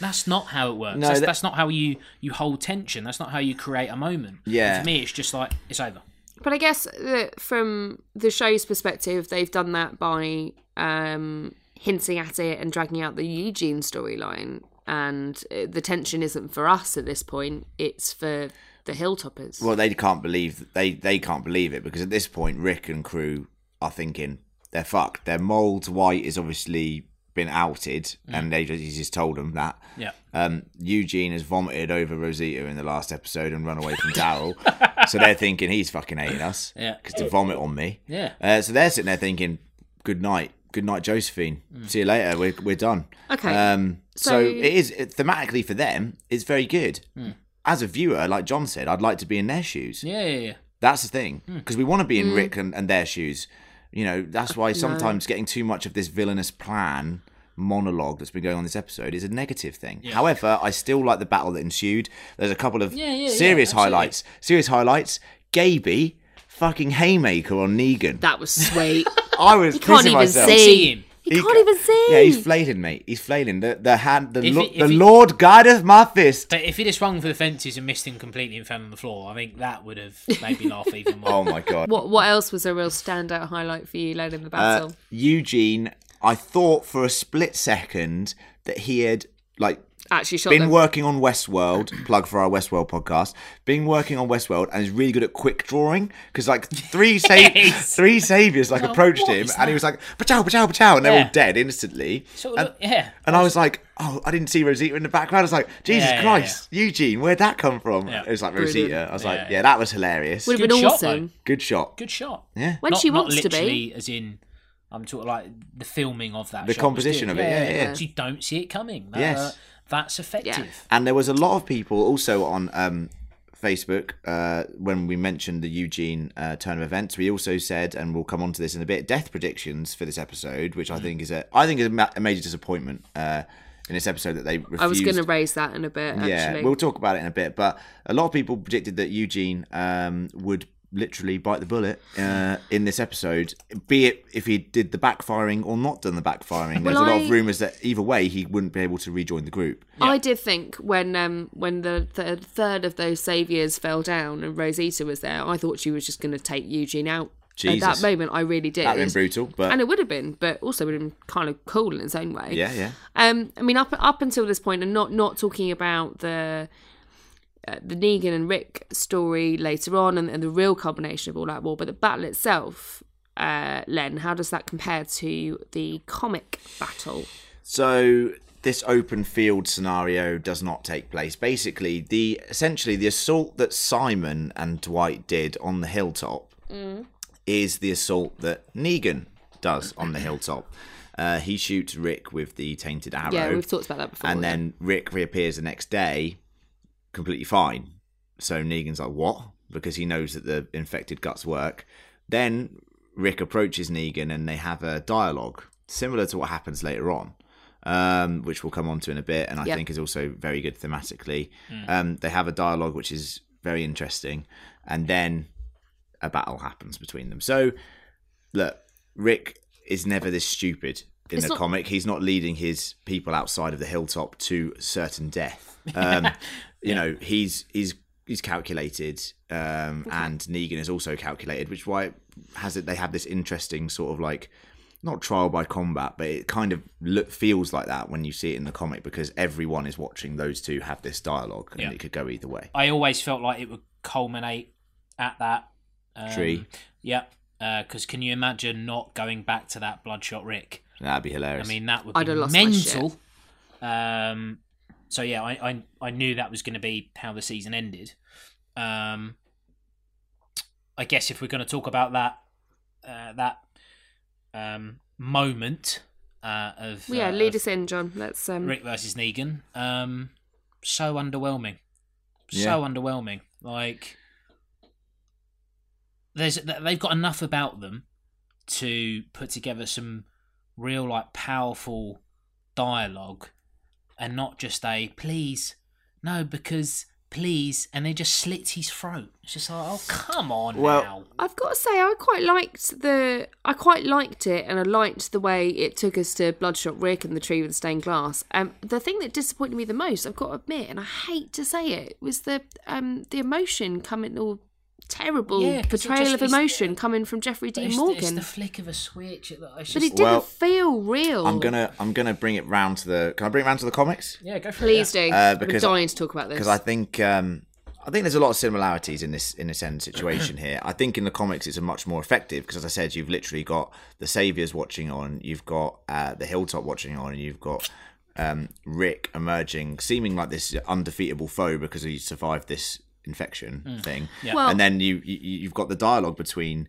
Speaker 5: that's not how it works.
Speaker 4: No,
Speaker 5: that's,
Speaker 4: that-
Speaker 5: that's not how you you hold tension. That's not how you create a moment.
Speaker 4: Yeah.
Speaker 5: And for me, it's just like it's over.
Speaker 3: But I guess that from the show's perspective, they've done that by um, hinting at it and dragging out the Eugene storyline, and uh, the tension isn't for us at this point; it's for the Hilltoppers.
Speaker 4: well, they can't believe they they can't believe it because at this point, Rick and crew are thinking they're fucked. Their mold White is obviously been outed, and they just, he's just told them that.
Speaker 5: Yeah.
Speaker 4: Um, Eugene has vomited over Rosita in the last episode and run away from Daryl. so they're thinking he's fucking hating us.
Speaker 5: Yeah.
Speaker 4: Because to vomit on me.
Speaker 5: Yeah.
Speaker 4: Uh, so they're sitting there thinking, good night. Good night, Josephine.
Speaker 5: Mm.
Speaker 4: See you later. We're, we're done.
Speaker 3: Okay.
Speaker 4: Um, so,
Speaker 3: So-
Speaker 4: it is it, thematically for them, it's very good.
Speaker 5: Hmm.
Speaker 4: As a viewer, like John said, I'd like to be in their shoes.
Speaker 5: Yeah, yeah, yeah.
Speaker 4: That's the thing.
Speaker 5: Hmm.
Speaker 4: Because we want to
Speaker 3: Hmm.
Speaker 4: be in Rick and, and their shoes. You know, that's why sometimes getting too much of this villainous plan monologue that's been going on this episode is a negative thing. However, I still like the battle that ensued. There's a couple of
Speaker 5: Yeah, yeah, yeah,
Speaker 4: serious
Speaker 5: absolutely.
Speaker 4: highlights. Serious highlights. Gaby fucking haymaker on Negan.
Speaker 3: that was sweet.
Speaker 4: I was
Speaker 3: You can't
Speaker 4: pissing
Speaker 3: even
Speaker 4: myself.
Speaker 3: see.
Speaker 5: See him.
Speaker 3: He, can't even see.
Speaker 4: Yeah, he's flailing, mate. He's flailing. The the hand the,
Speaker 5: If
Speaker 4: lo-
Speaker 5: it- if
Speaker 4: the
Speaker 5: it-
Speaker 4: Lord guideth my fist.
Speaker 5: But if he'd have swung for the fences and missed him completely and fell on the floor, I think that would have made me laugh even more.
Speaker 4: Oh my god.
Speaker 3: What What else was a real standout highlight for you later
Speaker 4: Uh,
Speaker 3: in the battle?
Speaker 4: Eugene, I thought for a split second that he had like
Speaker 3: Actually, shot
Speaker 4: been
Speaker 3: them.
Speaker 4: working on Westworld, plug for our Westworld podcast, been working on Westworld and is really good at quick drawing because like three sa-
Speaker 5: Yes.
Speaker 4: three saviors like approached him and he was like pachow pachow pachow and they're
Speaker 5: Yeah.
Speaker 4: all dead instantly.
Speaker 5: Sort of
Speaker 4: and,
Speaker 5: look- yeah.
Speaker 4: and I was like, oh, I didn't see Rosita in the background. I was like, Jesus
Speaker 5: Yeah, yeah,
Speaker 4: Christ, Eugene, where'd that come from?
Speaker 5: Yeah.
Speaker 4: It was like
Speaker 3: Brilliant.
Speaker 4: Rosita. I was like,
Speaker 5: Yeah.
Speaker 4: yeah, that was hilarious.
Speaker 3: Would have
Speaker 5: Good
Speaker 3: been
Speaker 5: shot,
Speaker 3: awesome.
Speaker 5: though.
Speaker 4: Good shot.
Speaker 5: Good shot.
Speaker 4: Yeah.
Speaker 3: When
Speaker 5: not,
Speaker 3: she wants
Speaker 5: not
Speaker 3: to be.
Speaker 5: literally, as in I'm talking like the filming of that.
Speaker 4: The
Speaker 5: shot was
Speaker 4: composition
Speaker 5: good.
Speaker 4: of it, yeah, yeah.
Speaker 5: You don't see it coming. That,
Speaker 4: Yes.
Speaker 5: uh, that's effective.
Speaker 4: And there was a lot of people also on um, Facebook uh, when we mentioned the Eugene uh, turn of events. We also said, and we'll come on to this in a bit, death predictions for this episode, which
Speaker 3: Mm.
Speaker 4: I think is a I think is a, ma- a major disappointment uh, in this episode that they refused.
Speaker 3: I was going to raise that in a bit. Actually,
Speaker 4: yeah, we'll talk about it in a bit. But a lot of people predicted that Eugene um, would literally bite the bullet uh, in this episode, be it if he did the backfiring or not done the backfiring. There's
Speaker 3: Well,
Speaker 4: a lot of
Speaker 3: I-
Speaker 4: rumours that either way he wouldn't be able to rejoin the group.
Speaker 3: I did think when um when the, the third of those saviors fell down and Rosita was there, I thought she was just going to take Eugene out.
Speaker 4: Jesus.
Speaker 3: At that moment, I really did.
Speaker 4: That'd been brutal, but
Speaker 3: and it would have been, but also would have been kind of cool in its own way.
Speaker 4: yeah, yeah.
Speaker 3: Um, I mean, up up until this point, and not not talking about the uh, the Negan and Rick story later on, and, and the real culmination of all that war, but the battle itself. Uh, Len, how does that compare to the comic battle?
Speaker 4: So this open field scenario does not take place. Basically, the essentially the assault that Simon and Dwight did on the hilltop is the assault that Negan does on the hilltop. Uh, he shoots Rick with the tainted arrow.
Speaker 3: Yeah, we've talked about that before.
Speaker 4: And then Rick reappears the next day, completely fine. So Negan's like, "What?" Because he knows that the infected guts work. Then Rick approaches Negan, and they have a dialogue similar to what happens later on, um, which we'll come on to in a bit, and I
Speaker 3: Yep.
Speaker 4: think is also very good thematically. Um, they have a dialogue which is very interesting, and then a battle happens between them. So, look, Rick is never this stupid in
Speaker 3: It's
Speaker 4: the
Speaker 3: not-
Speaker 4: comic. He's not leading his people outside of the hilltop to certain death. Um, You know, he's he's he's calculated, um, and Negan is also calculated, which why it has it they have this interesting sort of like not trial by combat, but it kind of look, feels like that when you see it in the comic because everyone is watching those two have this dialogue, and
Speaker 5: Yeah.
Speaker 4: it could go either way.
Speaker 5: I always felt like it would culminate at that um,
Speaker 4: Tree.
Speaker 5: Yep. Because can you imagine not going back to that bloodshot Rick?
Speaker 4: That'd be
Speaker 5: I
Speaker 4: hilarious.
Speaker 5: mean, that would
Speaker 3: I'd
Speaker 5: be
Speaker 3: have lost my
Speaker 5: mental. Um, so yeah, I, I I knew that was going to be how the season ended. Um, I guess if we're going to talk about that uh, that um, moment uh, of
Speaker 3: yeah,
Speaker 5: uh,
Speaker 3: lead
Speaker 5: of
Speaker 3: us in, John. Let's um,
Speaker 5: Rick versus Negan, um, so underwhelming,
Speaker 4: Yeah.
Speaker 5: so underwhelming. Like there's th- they've got enough about them to put together some real like powerful dialogue and not just a please no because please and they just slit his throat it's just like oh come on
Speaker 4: Well-
Speaker 5: now
Speaker 3: I've got to say, I quite liked the, I quite liked it, and I liked the way it took us to Bloodshot Rick and the tree with the stained glass. Um, the thing that disappointed me the most, I've got to admit, and I hate to say it, was the, um, the emotion coming or terrible
Speaker 5: Yeah, 'cause it
Speaker 3: portrayal
Speaker 5: just-
Speaker 3: of
Speaker 5: it's-
Speaker 3: emotion coming from Jeffrey
Speaker 5: But
Speaker 3: Dean
Speaker 5: it's, the- it's
Speaker 3: Morgan.
Speaker 5: the flick of a switch it- it's
Speaker 3: but
Speaker 5: just,
Speaker 3: it didn't
Speaker 4: Well,
Speaker 3: feel real.
Speaker 4: I'm gonna I'm gonna bring it round to the. Can I bring it round to the comics?
Speaker 5: yeah go for
Speaker 3: please
Speaker 5: it
Speaker 3: do.
Speaker 4: Uh,
Speaker 3: I'm
Speaker 4: because-
Speaker 3: dying to talk about this.
Speaker 4: Because I think um, I think there's a lot of similarities in this in this end situation here. I think in the comics it's a much more effective because, as I said, you've literally got the Saviors watching on, you've got uh, the Hilltop watching on, and you've got um, Rick emerging, seeming like this undefeatable foe because he survived this infection
Speaker 3: Mm.
Speaker 4: thing.
Speaker 3: Well-
Speaker 4: and then you, you you've got the dialogue between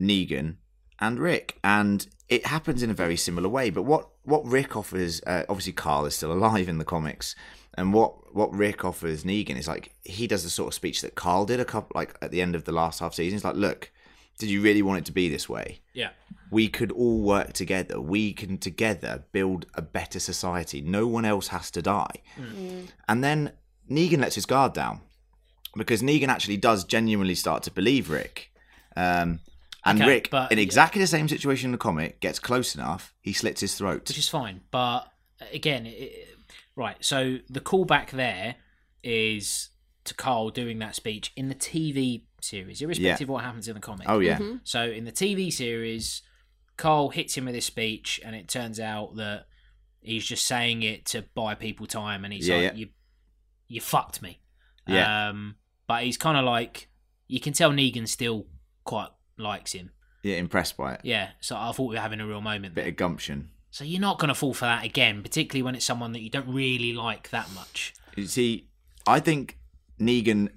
Speaker 4: Negan and Rick, and it happens in a very similar way. But what what Rick offers, uh, obviously Carl is still alive in the comics, and what what Rick offers Negan is like he does the sort of speech that Carl did a couple like at the end of the last half season. He's like, look, did you really want it to be this way?
Speaker 5: yeah
Speaker 4: we could all work together. We can together build a better society. No one else has to die. And then Negan lets his guard down because Negan actually does genuinely start to believe Rick. Um, and
Speaker 5: Okay,
Speaker 4: Rick,
Speaker 5: but-
Speaker 4: in exactly the same situation in the comic, gets close enough, he slits his throat.
Speaker 5: which is fine. But uh, again, it, it- right. So the callback there is to Carl doing that speech in the TV series, irrespective of what happens in the comic.
Speaker 4: oh, yeah.
Speaker 5: So in the TV series, Carl hits him with his speech, and it turns out that he's just saying it to buy people time, and he's
Speaker 4: Yeah,
Speaker 5: like,
Speaker 4: yeah.
Speaker 5: "You, you fucked me."
Speaker 4: Yeah.
Speaker 5: Um, but he's kind of like, you can tell Negan still quite likes him.
Speaker 4: Yeah, impressed by it.
Speaker 5: Yeah. So I thought we were having a real moment.
Speaker 4: Bit of gumption.
Speaker 5: So you're not going to fall for that again, particularly when it's someone that you don't really like that much.
Speaker 4: You see, I think Negan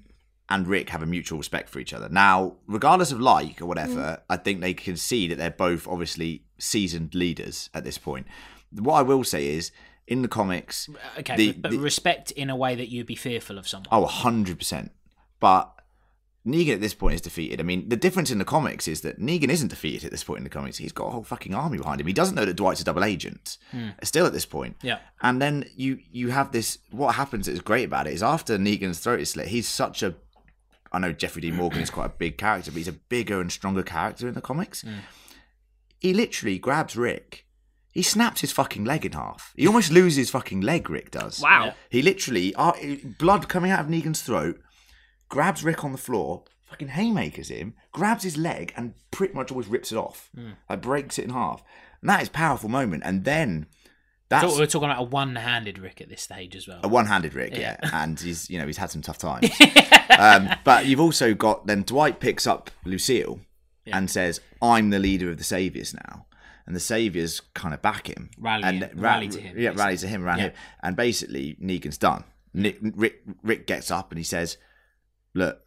Speaker 4: and Rick have a mutual respect for each other. Now, regardless of like or whatever,
Speaker 5: Mm.
Speaker 4: I think they can see that they're both obviously seasoned leaders at this point. What I will say is, in the comics,
Speaker 5: Uh, Okay,
Speaker 4: The-
Speaker 5: but, but
Speaker 4: the-
Speaker 5: respect in a way that you'd be fearful of someone.
Speaker 4: oh, 100%. But Negan at this point is defeated. I mean, the difference in the comics is that Negan isn't defeated at this point in the comics. He's got a whole fucking army behind him. He doesn't know that Dwight's a double agent. Still at this point.
Speaker 5: Yeah.
Speaker 4: And then you you have this. What happens that is great about it is after Negan's throat is slit, he's such a. I know Jeffrey D. Morgan is quite a big character, but he's a bigger and stronger character in the comics. He literally grabs Rick. He snaps his fucking leg in half. He almost loses his fucking leg. Rick does.
Speaker 3: Wow.
Speaker 4: He literally, uh, blood coming out of Negan's throat, grabs Rick on the floor, fucking haymakers him, grabs his leg, and pretty much always rips it off. Like breaks it in half. And that is a powerful moment. And then that's
Speaker 5: So we're talking about a one-handed Rick at this stage as well.
Speaker 4: a one-handed Rick, yeah. And he's you know he's had some tough times. um, but you've also got then Dwight picks up Lucille and says, "I'm the leader of the Saviors now." And the Saviors kind of back him,
Speaker 5: Rally
Speaker 4: and
Speaker 5: him- rally to him,
Speaker 4: yeah,
Speaker 5: basically.
Speaker 4: rally to him, around him, and basically Negan's done. Nick, Rick, Rick gets up and he says, "Look,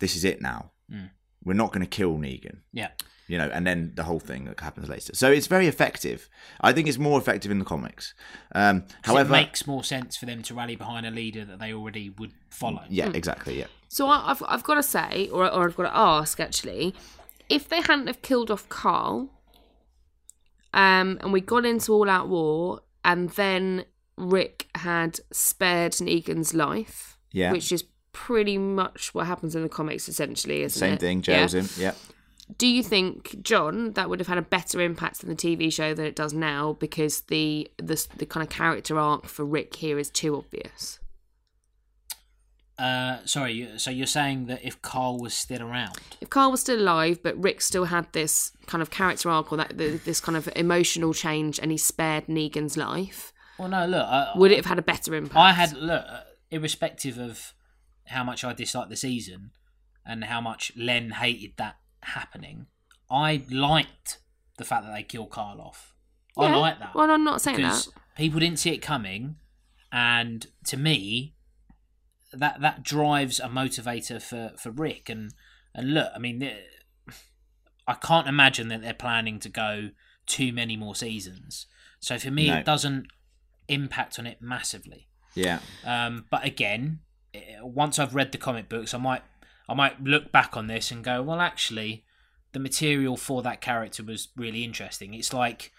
Speaker 4: this is it now.
Speaker 5: Mm.
Speaker 4: We're not going to kill Negan."
Speaker 5: yeah,
Speaker 4: you know, and then the whole thing that happens later. So it's very effective. I think it's more effective in the comics. Um,
Speaker 5: 'Cause
Speaker 4: however,
Speaker 5: it makes more sense for them to rally behind a leader that they already would follow.
Speaker 4: yeah, exactly, yeah.
Speaker 3: So I, I've I've got to say, or or I've got to ask actually, if they hadn't have killed off Carl, um, and we got into all out war, and then Rick had spared Negan's life,
Speaker 4: Yeah.
Speaker 3: which is pretty much what happens in the comics essentially, isn't
Speaker 4: Same
Speaker 3: it?
Speaker 4: thing, jails
Speaker 3: Yeah.
Speaker 4: him. Yeah,
Speaker 3: Do you think, John, that would have had a better impact on the TV show than it does now because the the the kind of character arc for Rick here is too obvious?
Speaker 5: Uh, sorry, you- so you're saying that if Carl was still around,
Speaker 3: if Carl was still alive, but Rick still had this kind of character arc or that th this kind of emotional change, and he spared Negan's life,
Speaker 5: well, no, look, I,
Speaker 3: would it have had a better impact?
Speaker 5: I had look, uh, irrespective of how much I disliked the season and how much Len hated that happening, I liked the fact that they killed Carl off. I
Speaker 3: Yeah.
Speaker 5: like that
Speaker 3: Well, I'm not saying that.
Speaker 5: because people didn't see it coming, and to me, that that drives a motivator for for Rick. And and look, I mean, the- I can't imagine that they're planning to go too many more seasons. So for me,
Speaker 4: No.
Speaker 5: it doesn't impact on it massively.
Speaker 4: yeah.
Speaker 5: Um, but again, eh, once I've read the comic books, I might I might look back on this and go, well, actually, the material for that character was really interesting. It's like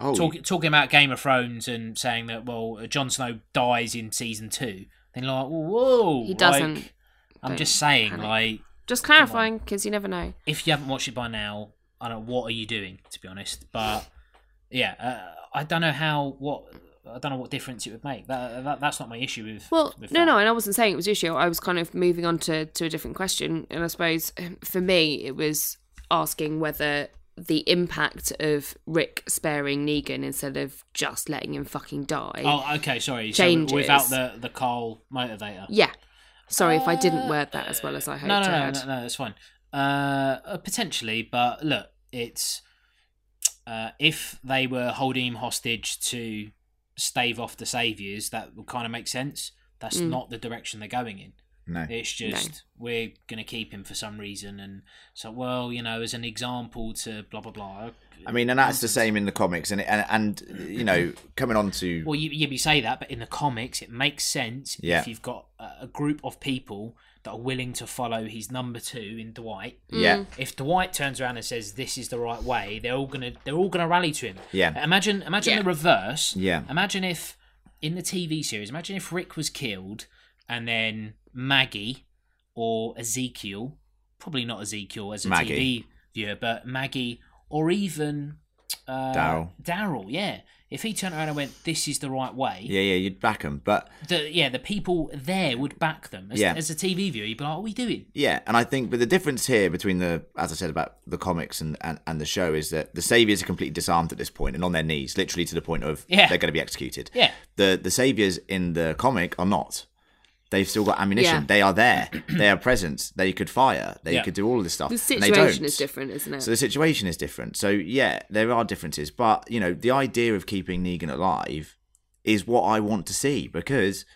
Speaker 4: Oh,
Speaker 5: talk, talking about Game of Thrones and saying that well, uh, Jon Snow dies in season two. Then like, whoa,
Speaker 3: He doesn't.
Speaker 5: like, I'm
Speaker 3: Don't
Speaker 5: just saying,
Speaker 3: panic.
Speaker 5: like,
Speaker 3: Just clarifying, because you never know.
Speaker 5: if you haven't watched it by now, I don't. know What are you doing? To be honest, but yeah, uh, I don't know how what. I don't know what difference it would make. That, that that's not my issue with.
Speaker 3: Well,
Speaker 5: with
Speaker 3: no,
Speaker 5: that.
Speaker 3: no, and I wasn't saying it was your show. I was kind of moving on to, to a different question. And I suppose um, for me, it was asking whether the impact of Rick sparing Negan instead of just letting him fucking die.
Speaker 5: Oh, okay, sorry.
Speaker 3: Changes.
Speaker 5: So without the the Carl motivator.
Speaker 3: Yeah. Sorry if I didn't word that as well as I hoped
Speaker 5: Uh, No, no,
Speaker 3: I
Speaker 5: no,
Speaker 3: had.
Speaker 5: no, no, that's fine. Uh, uh, potentially, but look, it's uh, if they were holding him hostage to stave off the saviors, that would kind of make sense. That's
Speaker 3: Mm.
Speaker 5: not the direction they're going in.
Speaker 4: no.
Speaker 5: It's just we're gonna keep him for some reason, and so well, you know, as an example to blah blah blah.
Speaker 4: I mean, and that's the same in the comics, and and, and you know, coming on to
Speaker 5: Well, you, you say that, but in the comics, it makes sense
Speaker 4: Yeah.
Speaker 5: if you've got a, a group of people that are willing to follow his number two in Dwight.
Speaker 3: Mm.
Speaker 4: yeah,
Speaker 5: if Dwight turns around and says this is the right way, they're all gonna they're all gonna rally to him.
Speaker 4: Yeah.
Speaker 5: Imagine imagine
Speaker 3: Yeah.
Speaker 5: the reverse.
Speaker 4: Yeah.
Speaker 5: Imagine if in the TV series, imagine if Rick was killed and then Maggie or Ezekiel, probably not Ezekiel as a
Speaker 4: Maggie.
Speaker 5: TV viewer, but Maggie or even uh,
Speaker 4: Daryl.
Speaker 5: Daryl, yeah. If he turned around and went, "This is the right way,"
Speaker 4: yeah, yeah, you'd back him, but
Speaker 5: the yeah the people there would back them. As,
Speaker 4: Yeah.
Speaker 5: as a TV viewer, you'd be like, "What are we doing?"
Speaker 4: yeah, and I think, but the difference here between the, as I said about the comics and and, and the show is that the saviors are completely disarmed at this point and on their knees, literally to the point of
Speaker 5: Yeah.
Speaker 4: they're going to be executed.
Speaker 5: Yeah.
Speaker 4: the the saviors in the comic are not. They've still got ammunition.
Speaker 3: Yeah.
Speaker 4: They are there. they are present. They could fire. They
Speaker 5: Yeah.
Speaker 4: could do all of this stuff.
Speaker 3: The
Speaker 4: and they
Speaker 3: situation
Speaker 4: don't.
Speaker 3: is different, isn't it?
Speaker 4: So the situation is different. So yeah, there are differences, but you know, the idea of keeping Negan alive is what I want to see because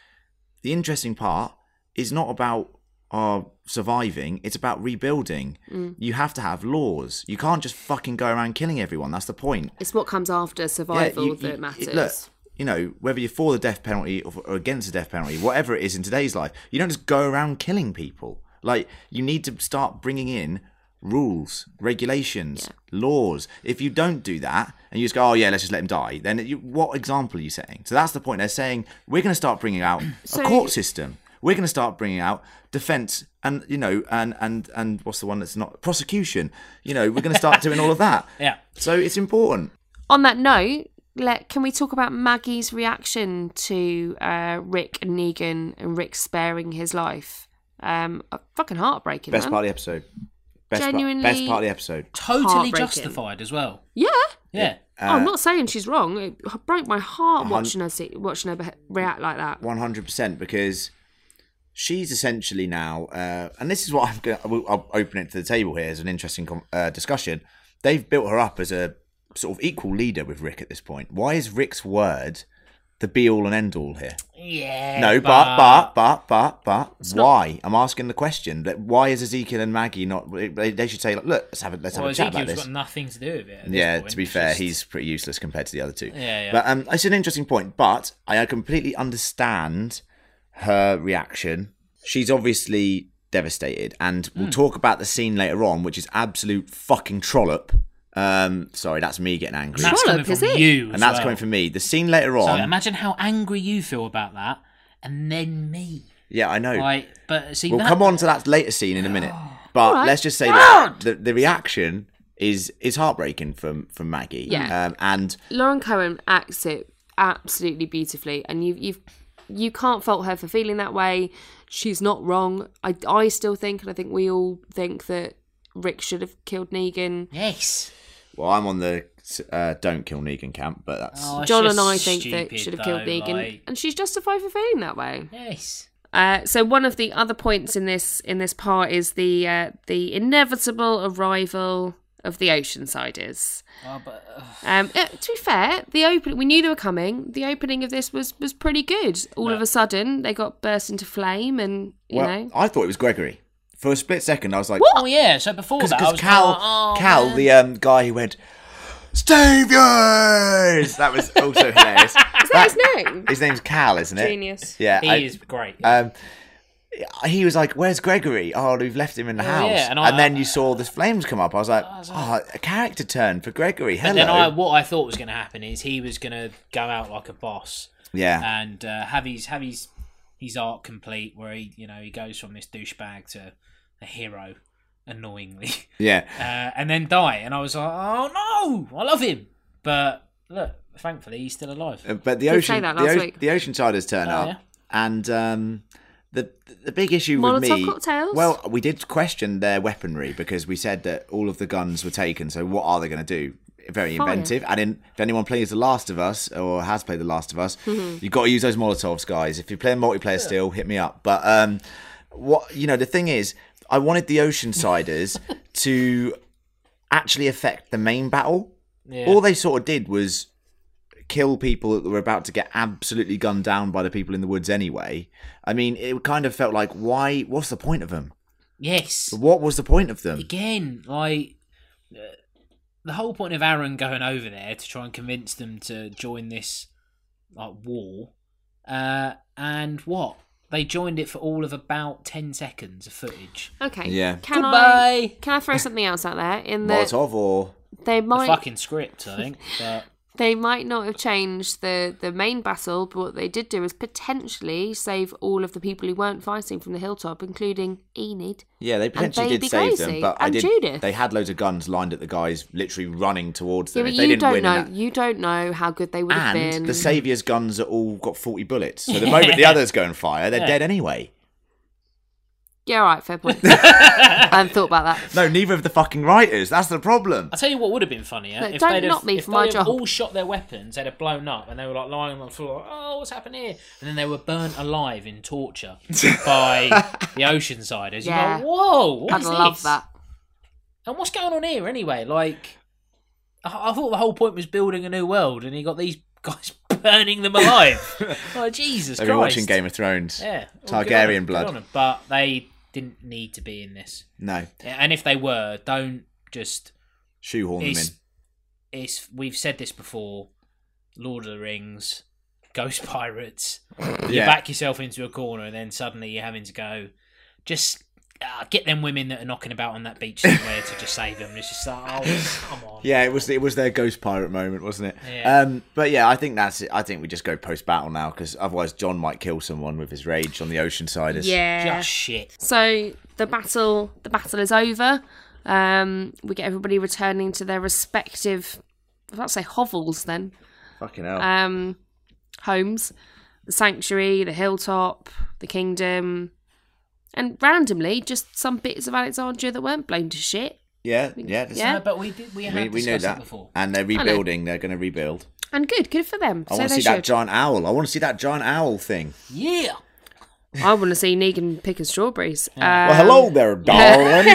Speaker 4: the interesting part is not about uh, surviving; it's about rebuilding. You have to have laws. You can't just fucking go around killing everyone. That's the point.
Speaker 3: it's what comes after survival
Speaker 4: you-
Speaker 3: that
Speaker 4: you-
Speaker 3: matters.
Speaker 4: it- look, you know, whether you're for the death penalty or, or against the death penalty, whatever it is in today's life, you don't just go around killing people. Like, you need to start bringing in rules, regulations, laws. If you don't do that and you just go, oh, yeah, let's just let him die, then you, what example are you setting? So that's the point. They're saying, we're going to start bringing out a court system. We're going to start bringing out defense and, you know, and, and, and what's the one that's not prosecution? You know, we're going to start doing all of that.
Speaker 5: Yeah.
Speaker 4: So it's important.
Speaker 3: On that note, let can we talk about Maggie's reaction to uh, Rick and Negan and Rick sparing his life Um, uh, fucking heartbreaking.
Speaker 4: Best
Speaker 3: man.
Speaker 4: part of the episode. Best
Speaker 3: Genuinely-
Speaker 4: part, best part of the episode.
Speaker 5: Totally
Speaker 3: Heartbreaking.
Speaker 5: justified as well.
Speaker 3: Yeah.
Speaker 5: Yeah.
Speaker 3: Oh,
Speaker 4: uh,
Speaker 3: I'm not saying she's wrong. It broke my heart watching her see, watching her beh- react like that.
Speaker 4: One hundred percent, because she's essentially now, uh, and this is what I'm going. to I'll open it to the table here as an interesting com- uh, discussion. They've built her up as a sort of equal leader with Rick at this point. Why is Rick's word the be all and end all here?
Speaker 5: Yeah.
Speaker 4: No, but but but but but why? I'm asking the question. That why is Ezekiel and Maggie not? They they should say, like, look, let's have a, let's
Speaker 5: Well,
Speaker 4: have a chat
Speaker 5: Ezekiel's
Speaker 4: about this.
Speaker 5: got nothing to do with it. at this
Speaker 4: Yeah,
Speaker 5: point.
Speaker 4: to be
Speaker 5: It's
Speaker 4: fair,
Speaker 5: just-
Speaker 4: he's pretty useless compared to the other two.
Speaker 5: Yeah, yeah.
Speaker 4: But um, it's an interesting point. But I completely understand her reaction. She's obviously devastated, and
Speaker 5: Hmm.
Speaker 4: we'll talk about the scene later on, which is absolute fucking trollop. Um, sorry, that's me getting angry,
Speaker 5: And that's
Speaker 3: Trollop,
Speaker 5: coming
Speaker 3: is
Speaker 5: from
Speaker 3: it?
Speaker 5: you. as
Speaker 4: and that's
Speaker 5: well.
Speaker 4: coming from me. The scene later
Speaker 5: So
Speaker 4: on.
Speaker 5: imagine how angry you feel about that, and then me.
Speaker 4: yeah, I know.
Speaker 5: Like, but see,
Speaker 4: We'll
Speaker 5: that,
Speaker 4: come on to that later scene in a minute. But
Speaker 3: Alright.
Speaker 4: let's just say that the, the reaction is is heartbreaking from from Maggie.
Speaker 3: Yeah.
Speaker 4: Um, and
Speaker 3: Lauren Cohen acts it absolutely beautifully, and you you've you can't fault her for feeling that way. She's not wrong. I I still think, and I think we all think that Rick should have killed Negan.
Speaker 5: Yes.
Speaker 4: well, I'm on the uh, don't kill Negan camp, but that's
Speaker 5: Oh, it's
Speaker 3: John
Speaker 5: just
Speaker 3: and I think that
Speaker 5: stupid,
Speaker 3: should have killed
Speaker 5: though,
Speaker 3: Negan,
Speaker 5: like-
Speaker 3: and she's justified for feeling that way.
Speaker 5: yes.
Speaker 3: Uh, so one of the other points in this in this part is the uh, the inevitable arrival of the Oceansiders.
Speaker 5: Oh, but, ugh.
Speaker 3: Um, uh, to be fair, the opening we knew they were coming. The opening of this was was pretty good. All of a sudden, they got burst into flame, and you
Speaker 4: Well,
Speaker 3: know,
Speaker 4: I thought it was Gregory. For a split second, I was like,
Speaker 5: oh yeah. So before that, I
Speaker 4: Because
Speaker 5: was
Speaker 4: Cal,
Speaker 5: like, oh,
Speaker 4: Cal,
Speaker 5: man.
Speaker 4: the um, guy who went, Stavius! That was also hilarious.
Speaker 3: is that his name?
Speaker 4: His name's Cal, isn't it?
Speaker 3: Genius.
Speaker 4: Yeah.
Speaker 5: "Oh, he
Speaker 4: I-
Speaker 5: is great.
Speaker 4: Um, he was like, "Where's Gregory? Oh, we've left him in the house."
Speaker 5: yeah,
Speaker 4: and,
Speaker 5: and I-
Speaker 4: then you saw the flames come up. I was like, "Oh, a character turn for Gregory." Hello.
Speaker 5: and then I, what I thought was going to happen is he was going to go out like a boss
Speaker 4: yeah.
Speaker 5: and uh, have his have his his arc complete, where he you know he goes from this douchebag to a hero, annoyingly.
Speaker 4: Yeah.
Speaker 5: uh, and then die. And I was like, oh no, I love him. But look, thankfully, he's still alive.
Speaker 4: Uh, But the
Speaker 3: Did say
Speaker 4: ocean,
Speaker 3: that
Speaker 4: the,
Speaker 3: last
Speaker 4: ocean
Speaker 3: week.
Speaker 4: the Oceansiders turn
Speaker 5: Oh,
Speaker 4: up,
Speaker 5: yeah.
Speaker 4: and um, the the big issue with
Speaker 3: Molotov
Speaker 4: me.
Speaker 3: cocktails?
Speaker 4: Well, we did question their weaponry because we said that all of the guns were taken. So what are they going to do? Very
Speaker 3: Fire.
Speaker 4: inventive. And in, if anyone plays The Last of Us or has played The Last of Us, you've got to use those Molotovs, guys. If you're playing multiplayer still, hit me up. But um, what you know, the thing is, I wanted the Oceansiders to actually affect the main battle. All they sort of did was kill people that were about to get absolutely gunned down by the people in the woods anyway. I mean, it kind of felt like, why? What's the point of them?
Speaker 5: Yes.
Speaker 4: What was the point of them?
Speaker 5: Again, like uh, the whole point of Aaron going over there to try and convince them to join this like war, uh, and what they joined it for all of about ten seconds of footage.
Speaker 3: Okay.
Speaker 4: Yeah.
Speaker 3: Can I
Speaker 5: Goodbye.
Speaker 3: can I throw something else out there? In that
Speaker 4: Molotov or
Speaker 3: they
Speaker 5: The
Speaker 3: might
Speaker 5: fucking script, I think. But
Speaker 3: they might not have changed the the main battle, but what they did do is potentially save all of the people who weren't fighting from the hilltop, including Enid.
Speaker 4: yeah, they potentially
Speaker 3: Baby
Speaker 4: did save them,
Speaker 3: Daisy
Speaker 4: but I
Speaker 3: and
Speaker 4: did.
Speaker 3: Judith.
Speaker 4: They had loads of guns lined at the guys, literally running towards
Speaker 3: Yeah,
Speaker 4: them.
Speaker 3: but
Speaker 4: if they
Speaker 3: you
Speaker 4: didn't
Speaker 3: don't
Speaker 4: win
Speaker 3: know.
Speaker 4: in that.
Speaker 3: You don't know how good they would have
Speaker 4: and
Speaker 3: been.
Speaker 4: the savior's guns are all got forty bullets. So the moment the others go and fire, they're dead anyway.
Speaker 3: yeah, all right, fair point. I hadn't thought about that.
Speaker 4: No, neither of the fucking writers. That's the problem.
Speaker 5: I tell you what would have been funnier
Speaker 3: Look,
Speaker 5: if
Speaker 3: don't
Speaker 5: they'd
Speaker 3: knock
Speaker 5: have,
Speaker 3: me
Speaker 5: if
Speaker 3: for my
Speaker 5: they'd
Speaker 3: job.
Speaker 5: have all shot their weapons, they'd have blown up, and they were like lying on the floor, like, oh, what's happened here? And then they were burnt alive in torture by the Oceansiders.
Speaker 3: Yeah.
Speaker 5: Yeah. You go, whoa, what
Speaker 3: I'd
Speaker 5: is
Speaker 3: love
Speaker 5: this?
Speaker 3: that.
Speaker 5: And what's going on here anyway? Like, I, I thought the whole point was building a new world, and you got these guys burning them alive. oh Jesus
Speaker 4: They've
Speaker 5: Christ!
Speaker 4: been watching Game of Thrones.
Speaker 5: yeah, well, good on
Speaker 4: Targaryen
Speaker 5: 'em, good on
Speaker 4: blood.
Speaker 5: 'em. But they didn't need to be in this,
Speaker 4: No,
Speaker 5: and if they were, don't just
Speaker 4: shoehorn them in.
Speaker 5: it's, it's we've said this before lord of the rings ghost pirates you
Speaker 4: Yeah.
Speaker 5: back yourself into a corner and then suddenly you're having to go just ah, get them women that are knocking about on that beach somewhere to just save them it's just like oh come on
Speaker 4: Yeah, it was it was their ghost pirate moment, wasn't it?
Speaker 5: Yeah.
Speaker 4: Um, but yeah, I think that's it. I think we just go post battle now because otherwise John might kill someone with his rage on the Oceansiders.
Speaker 3: Yeah.
Speaker 5: just shit
Speaker 3: So the battle the battle is over. Um, we get everybody returning to their respective, I would say hovels then,
Speaker 4: fucking hell.
Speaker 3: um, homes, the sanctuary, the hilltop, the kingdom, and randomly just some bits of Alexandria that weren't blown to shit.
Speaker 4: Yeah, yeah, that's-
Speaker 3: Yeah.
Speaker 5: No, but we did. We had
Speaker 4: We, we know
Speaker 5: discussed it
Speaker 4: that,
Speaker 5: before.
Speaker 4: and they're rebuilding. They're going to rebuild.
Speaker 3: And good, good for them.
Speaker 4: I
Speaker 3: so
Speaker 4: want to
Speaker 3: they
Speaker 4: see
Speaker 3: should.
Speaker 4: that giant owl. I want to see that giant owl thing.
Speaker 5: Yeah.
Speaker 3: I want to see Negan picking strawberries.
Speaker 4: Well,
Speaker 3: Um,
Speaker 4: hello there, darling.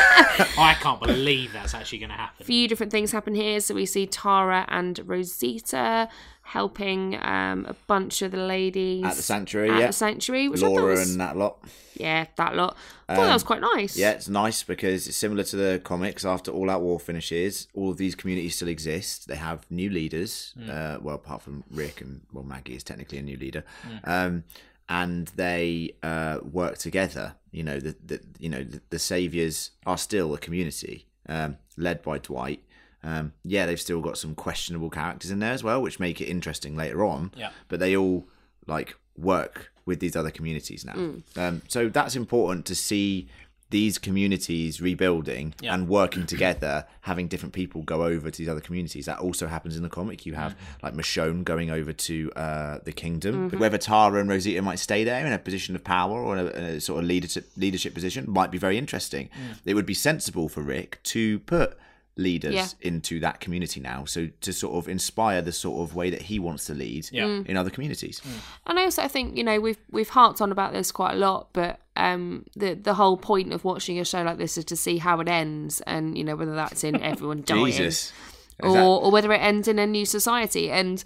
Speaker 5: I can't believe that's actually going to happen.
Speaker 3: few different things happen here. So we see Tara and Rosita helping um, a bunch of the ladies
Speaker 4: At the sanctuary,
Speaker 3: at
Speaker 4: yeah.
Speaker 3: the sanctuary, which I
Speaker 4: Laura
Speaker 3: thought was,
Speaker 4: and that lot.
Speaker 3: yeah, that lot. I thought that was quite nice.
Speaker 4: Yeah, it's nice because it's similar to the comics. After All Out War finishes, all of these communities still exist. They have new leaders.
Speaker 5: Mm.
Speaker 4: Uh, well, apart from Rick and well, Maggie is technically a new leader.
Speaker 5: Mm.
Speaker 4: Um, and they uh, work together. You know, the, the you know the, the saviors are still a community um, led by Dwight. Um, yeah, they've still got some questionable characters in there as well, which make it interesting later on.
Speaker 5: Yeah.
Speaker 4: But they all like work with these other communities now. Um, so that's important to see these communities rebuilding
Speaker 5: Yeah.
Speaker 4: and working together, having different people go over to these other communities. That also happens in the comic. You have
Speaker 5: Mm.
Speaker 4: like Michonne going over to uh, the kingdom. Whether Tara and Rosita might stay there in a position of power or in a, a sort of leadership leadership position might be very interesting.
Speaker 5: Mm.
Speaker 4: It would be sensible for Rick to put leaders
Speaker 3: Yeah.
Speaker 4: into that community now so to sort of inspire the sort of way that he wants to lead
Speaker 5: Yeah.
Speaker 3: Mm.
Speaker 4: in other communities
Speaker 3: And I also think you know we've we've harped on about this quite a lot, but um, the the whole point of watching a show like this is to see how it ends, and you know whether that's in everyone dying.
Speaker 4: jesus
Speaker 3: or, or whether it ends in a new society and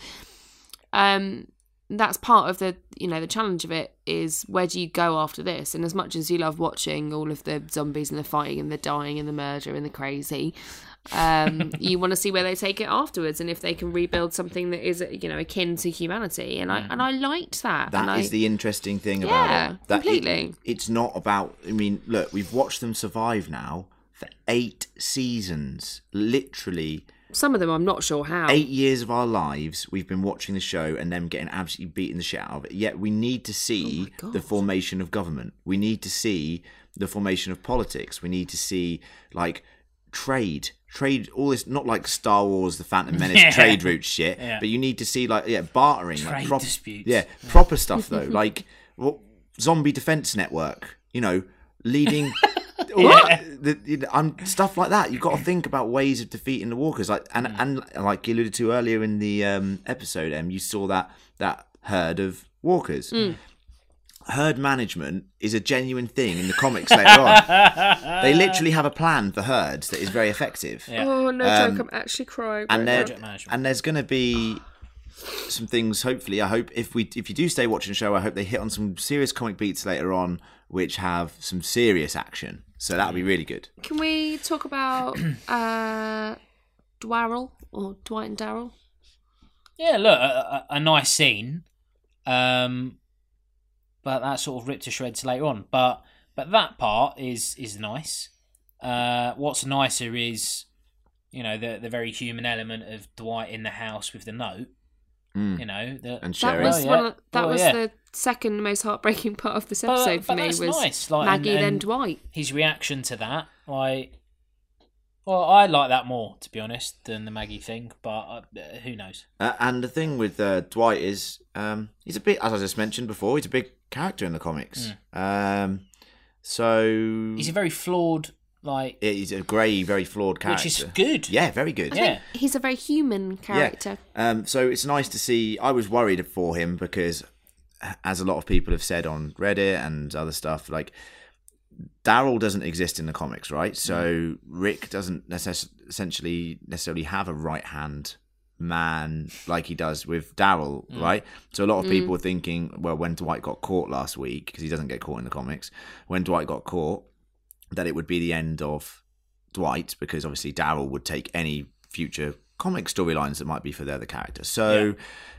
Speaker 3: um that's part of the you know the challenge of it is where do you go after this and as much as you love watching all of the zombies and the fighting and the dying and the murder and the crazy um you want to see where they take it afterwards and if they can rebuild something that is you know akin to humanity and i and i liked that
Speaker 4: Hmm. That
Speaker 3: and
Speaker 4: is
Speaker 3: I,
Speaker 4: the interesting thing about
Speaker 3: Yeah,
Speaker 4: it. That it-
Speaker 3: completely.
Speaker 4: it's not about. I mean, look, we've watched them survive now for eight seasons. Literally
Speaker 3: some of them i'm not sure how
Speaker 4: eight years of our lives, we've been watching the show and them getting absolutely beaten the shit out of it. Yet we need to see
Speaker 5: Oh
Speaker 4: the formation of government. We need to see the formation of politics. We need to see like trade. Trade all this not like Star Wars the Phantom Menace
Speaker 5: Yeah.
Speaker 4: trade route shit,
Speaker 5: Yeah.
Speaker 4: but you need to see like yeah, bartering, like
Speaker 5: Trade
Speaker 4: prop-
Speaker 5: disputes.
Speaker 4: Yeah, proper stuff though. like what zombie defense network, you know, leading all that- the, you know, I'm- stuff like that. You've got to think about ways of defeating the walkers. Like and
Speaker 5: Mm.
Speaker 4: and like you alluded to earlier in the um, episode, Em, you saw that that herd of walkers.
Speaker 5: Mm.
Speaker 4: Herd management is a genuine thing in the comics later on. They literally have a plan for herds that is very effective.
Speaker 3: oh no joke i'm actually crying
Speaker 4: um, And there,
Speaker 5: Project management.
Speaker 4: and there's going to be some things. Hopefully, I hope if we if you do stay watching the show, I hope they hit on some serious comic beats later on, which have some serious action. So that'll be really good.
Speaker 3: Can we talk about uh Dwarrel or Dwight and Daryl?
Speaker 5: Yeah, look, a, a, a nice scene, um, but that sort of ripped to shreds later on. But but that part is is nice. Uh, what's nicer is, you know, the the very human element of Dwight in the house with the note.
Speaker 4: Mm.
Speaker 5: You know, the,
Speaker 4: And
Speaker 3: That
Speaker 4: Sherry,
Speaker 3: was
Speaker 5: Oh, yeah.
Speaker 3: one of, that
Speaker 5: Well,
Speaker 3: was
Speaker 5: yeah.
Speaker 3: the second most heartbreaking part of this
Speaker 5: But- uh,
Speaker 3: episode for
Speaker 5: but
Speaker 3: me
Speaker 5: that's
Speaker 3: was
Speaker 5: nice, like, and-
Speaker 3: Maggie then
Speaker 5: and-
Speaker 3: Dwight.
Speaker 5: his reaction to that, like, well, I like that more to be honest than the Maggie thing. But uh, who knows?
Speaker 4: Uh, and the thing with uh, Dwight is um, he's a bit, as I just mentioned before, he's a big character in the comics. Um, so
Speaker 5: Hmm. He's a very flawed, like,
Speaker 4: yeah, he's a grey, very flawed character,
Speaker 5: which is good.
Speaker 4: Yeah, very good.
Speaker 5: Yeah.
Speaker 3: He's a very human character.
Speaker 4: Yeah. Um, so it's nice to see. I was worried for him because, as a lot of people have said on Reddit and other stuff, like Daryl doesn't exist in the comics, right? So Rick doesn't necess- essentially necessarily have a right hand man like he does with Daryl, right? So a lot of people are thinking, well, when Dwight got caught last week, because he doesn't get caught in the comics, when Dwight got caught, that it would be the end of Dwight because obviously Daryl would take any future comic storylines that might be for the other character. So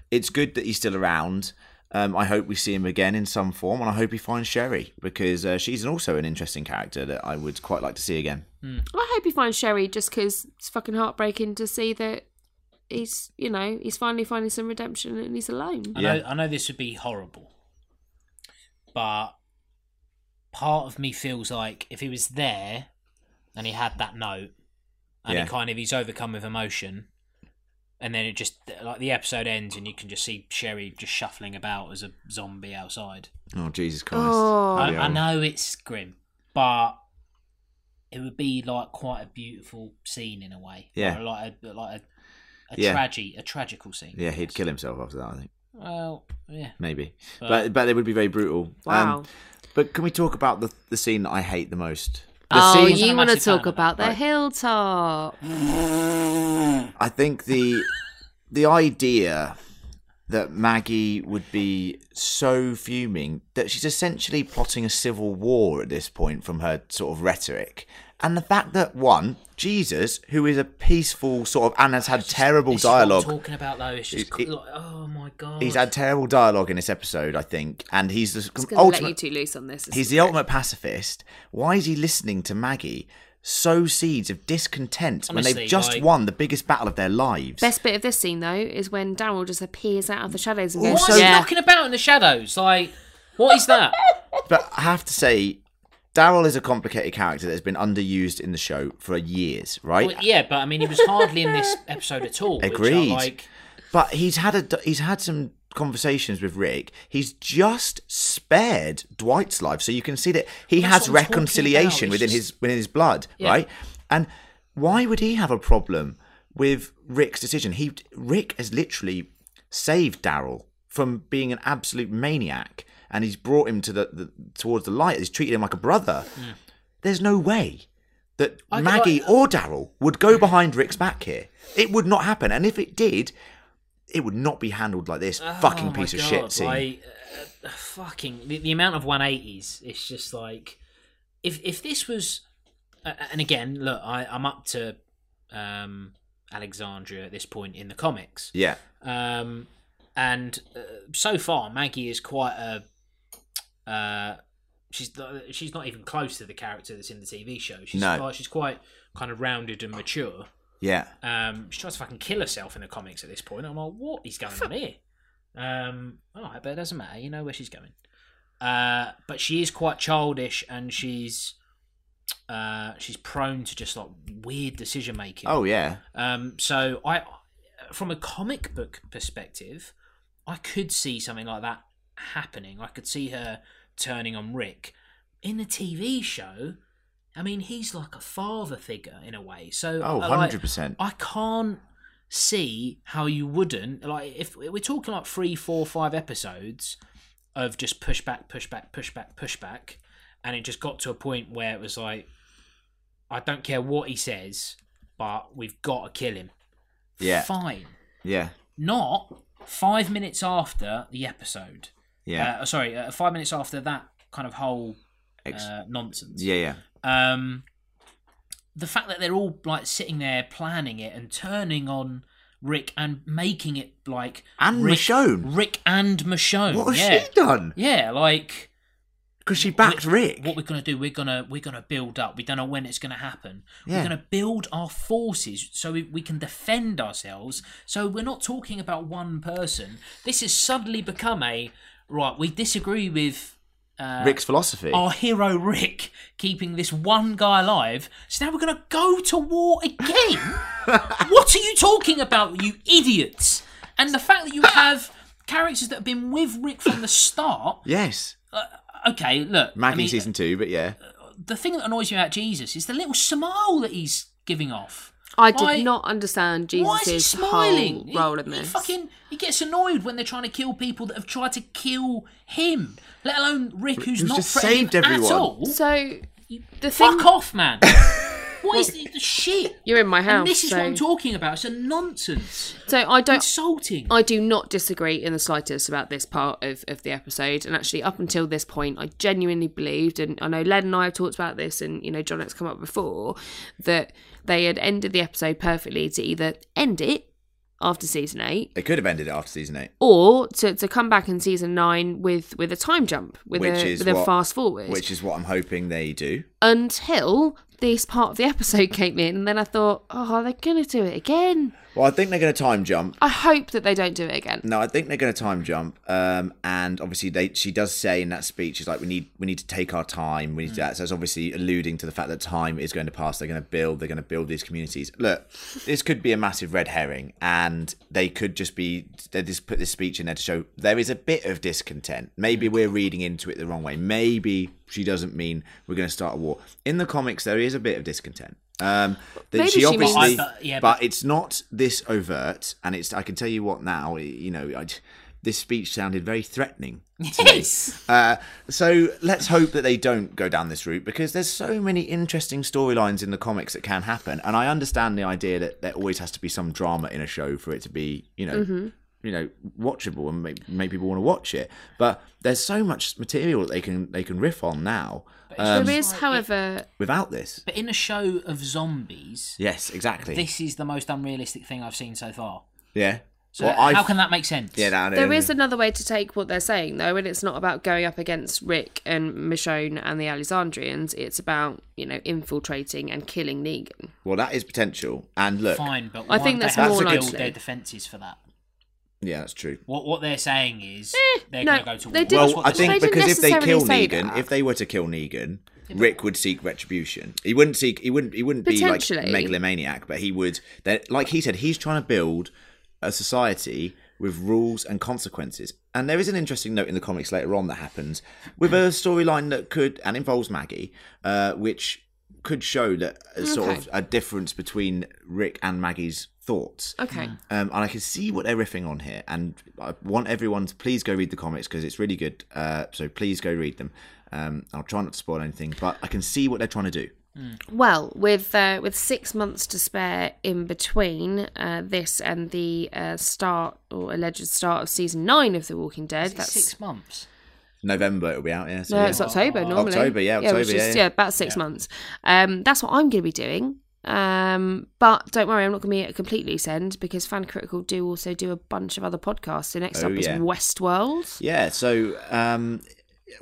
Speaker 4: it's good that he's still around. Um, I hope we see him again in some form, and I hope he finds Sherry because uh, she's also an interesting character that I would quite like to see again.
Speaker 3: I hope he finds Sherry just because it's fucking heartbreaking to see that he's you know he's finally finding some redemption and he's alone.
Speaker 5: I
Speaker 4: Yeah.
Speaker 5: know I know this would be horrible, but part of me feels like if he was there and he had that note and
Speaker 4: Yeah.
Speaker 5: he kind of he's overcome with emotion, and then it just like the episode ends, and you can just see Sherry just shuffling about as a zombie outside.
Speaker 4: Oh Jesus Christ!
Speaker 3: Oh.
Speaker 5: I,
Speaker 4: Yeah.
Speaker 5: I know it's grim, but it would be like quite a beautiful scene in a way.
Speaker 4: Yeah.
Speaker 5: Or like a like a, a
Speaker 4: Yeah.
Speaker 5: tragedy, a tragical scene.
Speaker 4: Yeah,
Speaker 5: I
Speaker 4: he'd
Speaker 5: guess.
Speaker 4: kill himself after that. I think
Speaker 5: Well, yeah.
Speaker 4: maybe,
Speaker 5: But-
Speaker 4: but but it would be very brutal. Um,
Speaker 3: Uh. Wow.
Speaker 4: but can we talk about the the scene that I hate the most? The
Speaker 3: oh,
Speaker 4: scene
Speaker 3: you
Speaker 5: I'm
Speaker 3: want to
Speaker 5: actually
Speaker 3: talk
Speaker 5: fan of
Speaker 3: about the
Speaker 4: Right.
Speaker 3: hilltop?
Speaker 4: I think the the idea that Maggie would be so fuming that she's essentially plotting a civil war at this point from her sort of rhetoric. And the fact that one, Jesus, who is a peaceful sort of and has had terrible
Speaker 5: It's what I'm
Speaker 4: dialogue
Speaker 5: Talking about though, it's just
Speaker 4: It- it-
Speaker 5: like, oh my god.
Speaker 4: He's had terrible dialogue in this episode, I think, and he's the
Speaker 3: I'm gonna
Speaker 4: ultimate.
Speaker 3: let you two loose on this. It's-
Speaker 4: He's the ultimate pacifist. Why is he listening to Maggie sow seeds of discontent when
Speaker 5: Honestly,
Speaker 4: they've just
Speaker 5: like-
Speaker 4: won the biggest battle of their lives?
Speaker 3: Best bit of this scene though is when Daryl just appears out of the shadows and
Speaker 5: Why
Speaker 3: goes,
Speaker 5: is he
Speaker 3: "Yeah,
Speaker 5: knocking about in the shadows? Like, what is that?
Speaker 4: But I have to say, Daryl is a complicated character that's been underused in the show for years, right?
Speaker 5: Well, yeah, but I mean, he was hardly in this episode at all. which I
Speaker 4: Agreed.
Speaker 5: like,
Speaker 4: But he's had a he's had some conversations with Rick. He's just spared Dwight's life, so you can see that he
Speaker 5: That's
Speaker 4: has
Speaker 5: what I'm talking
Speaker 4: reconciliation
Speaker 5: about,
Speaker 4: within
Speaker 5: it's
Speaker 4: his within his blood,
Speaker 5: Yeah.
Speaker 4: right? And why would he have a problem with Rick's decision? He Rick has literally saved Daryl from being an absolute maniac, and he's brought him to the, the towards the light. He's treated him like a brother. There's no way that
Speaker 5: I-
Speaker 4: Maggie
Speaker 5: I-
Speaker 4: or Daryl would go behind Rick's back here. It would not happen, and if it did, it would not be handled like this
Speaker 5: oh
Speaker 4: fucking
Speaker 5: my
Speaker 4: piece of
Speaker 5: God,
Speaker 4: shit scene.
Speaker 5: Like, uh, fucking the, the amount of 180s. It's just like if if this was, uh, and again, look, I, I'm up to um, Alexandria at this point in the comics.
Speaker 4: yeah,
Speaker 5: Um, and uh, so far, Maggie is quite a. Uh, she's not- she's not even close to the character that's in the TV show. She's
Speaker 4: No.
Speaker 5: quite, she's quite kind of rounded and mature.
Speaker 4: yeah,
Speaker 5: Um, she tries to fucking kill herself in the comics at this point. I'm like, what is going on here? Um, all right, but it doesn't matter. You know where she's going. Uh, but she is quite childish, and she's uh, she's prone to just like weird decision making.
Speaker 4: oh yeah,
Speaker 5: Um, so I, from a comic book perspective, I could see something like that happening. I could see her turning on Rick. In a TV show, I mean, he's like a father figure in a way. So
Speaker 4: Oh,
Speaker 5: I-
Speaker 4: 100%.
Speaker 5: I can't see how you wouldn't like if we're talking like three, four, five episodes of just push back, push back, push back, push back, and it just got to a point where it was like, I don't care what he says, but we've got to kill him.
Speaker 4: yeah,
Speaker 5: Fine.
Speaker 4: yeah,
Speaker 5: Not five minutes after the episode.
Speaker 4: yeah,
Speaker 5: Uh, sorry, uh, five minutes after that kind of whole
Speaker 4: Ex-
Speaker 5: uh, nonsense.
Speaker 4: yeah, yeah,
Speaker 5: Um, the fact that they're all like sitting there planning it and turning on Rick and making it like
Speaker 4: And
Speaker 5: Rick,
Speaker 4: Michonne.
Speaker 5: Rick and Michonne.
Speaker 4: What has
Speaker 5: yeah.
Speaker 4: she done?
Speaker 5: Yeah, like
Speaker 4: Because she backed
Speaker 5: we-
Speaker 4: Rick.
Speaker 5: What we're gonna do? We're gonna we're gonna build up. We don't know when it's gonna happen.
Speaker 4: Yeah.
Speaker 5: We're gonna build our forces so we, we can defend ourselves. So we're not talking about one person. This has suddenly become a right. We disagree with uh,
Speaker 4: Rick's philosophy.
Speaker 5: our hero Rick keeping this one guy alive. So now we're gonna go to war again. what are you talking about, you idiots? And the fact that you have characters that have been with Rick from the start
Speaker 4: yes,
Speaker 5: okay, look.
Speaker 4: Maggie
Speaker 5: I mean,
Speaker 4: season two, but yeah,
Speaker 5: The thing that annoys me about Jesus is the little smile that he's giving off.
Speaker 3: I did
Speaker 5: Why-
Speaker 3: not understand
Speaker 5: Why is he
Speaker 3: Jesus' whole
Speaker 5: smiling? He-
Speaker 3: role in
Speaker 5: he
Speaker 3: this.
Speaker 5: fucking he gets annoyed when they're trying to kill people that have tried to kill him, let alone Rick, who's
Speaker 4: Who's
Speaker 5: not
Speaker 4: just
Speaker 5: threatened
Speaker 4: saved everyone.
Speaker 5: at all.
Speaker 3: So the thing,
Speaker 5: Fuck off, man. what is the, the shit?
Speaker 3: you're in my house.
Speaker 5: and this is
Speaker 3: so.
Speaker 5: what I'm talking about. It's a nonsense.
Speaker 3: so I don't.
Speaker 5: Insulting.
Speaker 3: I do not disagree in the slightest about this part of, of the episode. And actually, up until this point, I genuinely believed, and I know Len and I have talked about this, and you know, John has come up before, that they had ended the episode perfectly to either end it after season eight
Speaker 4: they could have ended it after season eight,
Speaker 3: or to, to come back in season nine with, with a time jump, with,
Speaker 4: which
Speaker 3: a,
Speaker 4: is
Speaker 3: with a
Speaker 4: what-
Speaker 3: fast forward.
Speaker 4: which is what I'm hoping they do.
Speaker 3: until this part of the episode came in, and then I thought, oh, they're going to do it again.
Speaker 4: Well, I think they're going to time jump.
Speaker 3: I hope that they don't do it again.
Speaker 4: No, I think they're going to time jump. Um, and obviously, they she does say in that speech, she's like, "We need we need to take our time. We need to do that." So it's obviously alluding to the fact that time is going to pass. They're going to build. They're going to build these communities. Look, this could be a massive red herring, and they could just be they just put this speech in there to show there is a bit of discontent. Maybe we're reading into it the wrong way. Maybe she doesn't mean we're going to start a war. In the comics, there is a bit of discontent. Um, that
Speaker 3: Maybe
Speaker 4: she
Speaker 3: she means-
Speaker 4: obviously,
Speaker 5: Well, I- yeah,
Speaker 4: but
Speaker 5: but-
Speaker 4: it's not this overt, and it's. I can tell you what now. You know, I, this speech sounded very threatening. to me. Uh, so let's hope that they don't go down this route because there's so many interesting storylines in the comics that can happen, and I understand the idea that there always has to be some drama in a show for it to be, you know.
Speaker 3: Mm-hmm.
Speaker 4: You know, watchable and make, make people want to watch it, but there's so much material that they can they can riff on now um,
Speaker 3: there is, however,
Speaker 4: without this.
Speaker 5: But in a show of zombies,
Speaker 4: Yes, exactly.
Speaker 5: this is the most unrealistic thing I've seen so far.
Speaker 4: yeah.
Speaker 5: So
Speaker 4: Well, I-
Speaker 5: how can that make sense?
Speaker 4: Yeah, no, I know.
Speaker 3: there is another way to take what they're saying though, and it's not about going up against Rick and Michonne and the Alexandrians. It's about you know infiltrating and killing Negan.
Speaker 4: Well, that is potential. And look,
Speaker 5: fine,
Speaker 3: I
Speaker 5: but why
Speaker 3: think
Speaker 5: don't
Speaker 3: that's
Speaker 5: they have
Speaker 4: more
Speaker 5: to build
Speaker 3: likely.
Speaker 5: their defenses for that.
Speaker 4: yeah, that's true.
Speaker 5: What what they're saying is they're
Speaker 3: Eh, no,
Speaker 5: going to go to war.
Speaker 3: they didn't-
Speaker 5: That's
Speaker 4: Well,
Speaker 5: what
Speaker 4: I
Speaker 5: they're
Speaker 4: think
Speaker 3: they didn't
Speaker 4: because if they kill
Speaker 3: necessarily say
Speaker 4: Negan,
Speaker 3: that.
Speaker 4: if they were to kill Negan, Rick would seek retribution. He wouldn't seek. He wouldn't. He wouldn't be like
Speaker 3: Potentially.
Speaker 4: megalomaniac, but he would. that- Like he said, he's trying to build a society with rules and consequences. And there is an interesting note in the comics later on that happens with a storyline that could and involves Maggie, uh, which could show that uh, sort
Speaker 3: Okay.
Speaker 4: of a difference between Rick and Maggie's thoughts.
Speaker 3: Okay,
Speaker 4: Um, and I can see what they're riffing on here. And I want everyone to please go read the comics because it's really good. Uh, so please go read them. Um, I'll try not to spoil anything, but I can see what they're trying to do.
Speaker 3: well, with uh, with six months to spare in between uh, this and the uh, start or alleged start of season nine of The Walking Dead,
Speaker 5: It's
Speaker 3: that's
Speaker 5: six months.
Speaker 4: Mm. November it'll be out, yeah. So
Speaker 3: No,
Speaker 4: yeah.
Speaker 3: Uh, it's October normally.
Speaker 4: October, yeah,
Speaker 3: which
Speaker 4: October,
Speaker 3: is,
Speaker 4: yeah, yeah.
Speaker 3: about six months. Um, that's what I'm going to be doing. Um, but don't worry, I'm not going to be at complete loose end because Fan Critical do also do a bunch of other podcasts. So next
Speaker 4: Oh,
Speaker 3: up is
Speaker 4: yeah.
Speaker 3: Westworld.
Speaker 4: Yeah, so um,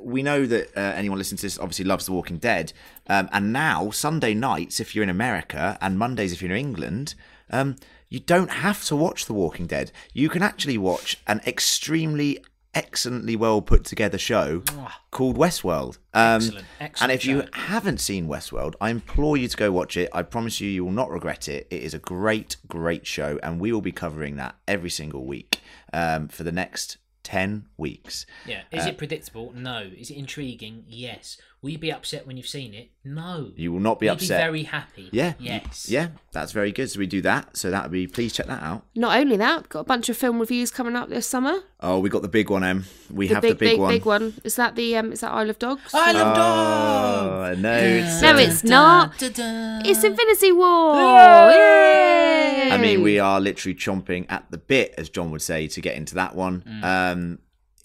Speaker 4: we know that uh, anyone listening to this obviously loves The Walking Dead. Um, and now, Sunday nights, if you're in America, and Mondays, if you're in England, um, you don't have to watch The Walking Dead. You can actually watch an extremely, excellently well put together show called Westworld. Um,
Speaker 5: Excellent, excellent
Speaker 4: And if you
Speaker 5: show.
Speaker 4: haven't seen Westworld, I implore you to go watch it. I promise you, you will not regret it. It is a great, great show, and we will be covering that every single week um, for the next 10 weeks.
Speaker 5: Yeah. Is
Speaker 4: uh,
Speaker 5: it predictable? No. Is it intriguing? Yes. Will you be upset when you've seen it? No.
Speaker 4: You will not be
Speaker 5: You'll
Speaker 4: upset.
Speaker 5: Be very happy.
Speaker 4: yeah.
Speaker 5: Yes.
Speaker 4: Yeah, that's very good. So we do that. So that would be, please check that out.
Speaker 3: Not only that, got a bunch of film reviews coming up this summer.
Speaker 4: Oh, we got the big one, Em. We
Speaker 3: The
Speaker 4: have
Speaker 3: big,
Speaker 4: the big,
Speaker 3: big,
Speaker 4: one.
Speaker 3: big one. Is that the um? Is that Isle of Dogs?
Speaker 5: I love dogs.
Speaker 4: Oh, no. it's,
Speaker 3: no,
Speaker 4: uh,
Speaker 3: it's not. It's Infinity War. Yay!
Speaker 4: I mean, we are literally chomping at the bit, as John would say, to get into that one. Um,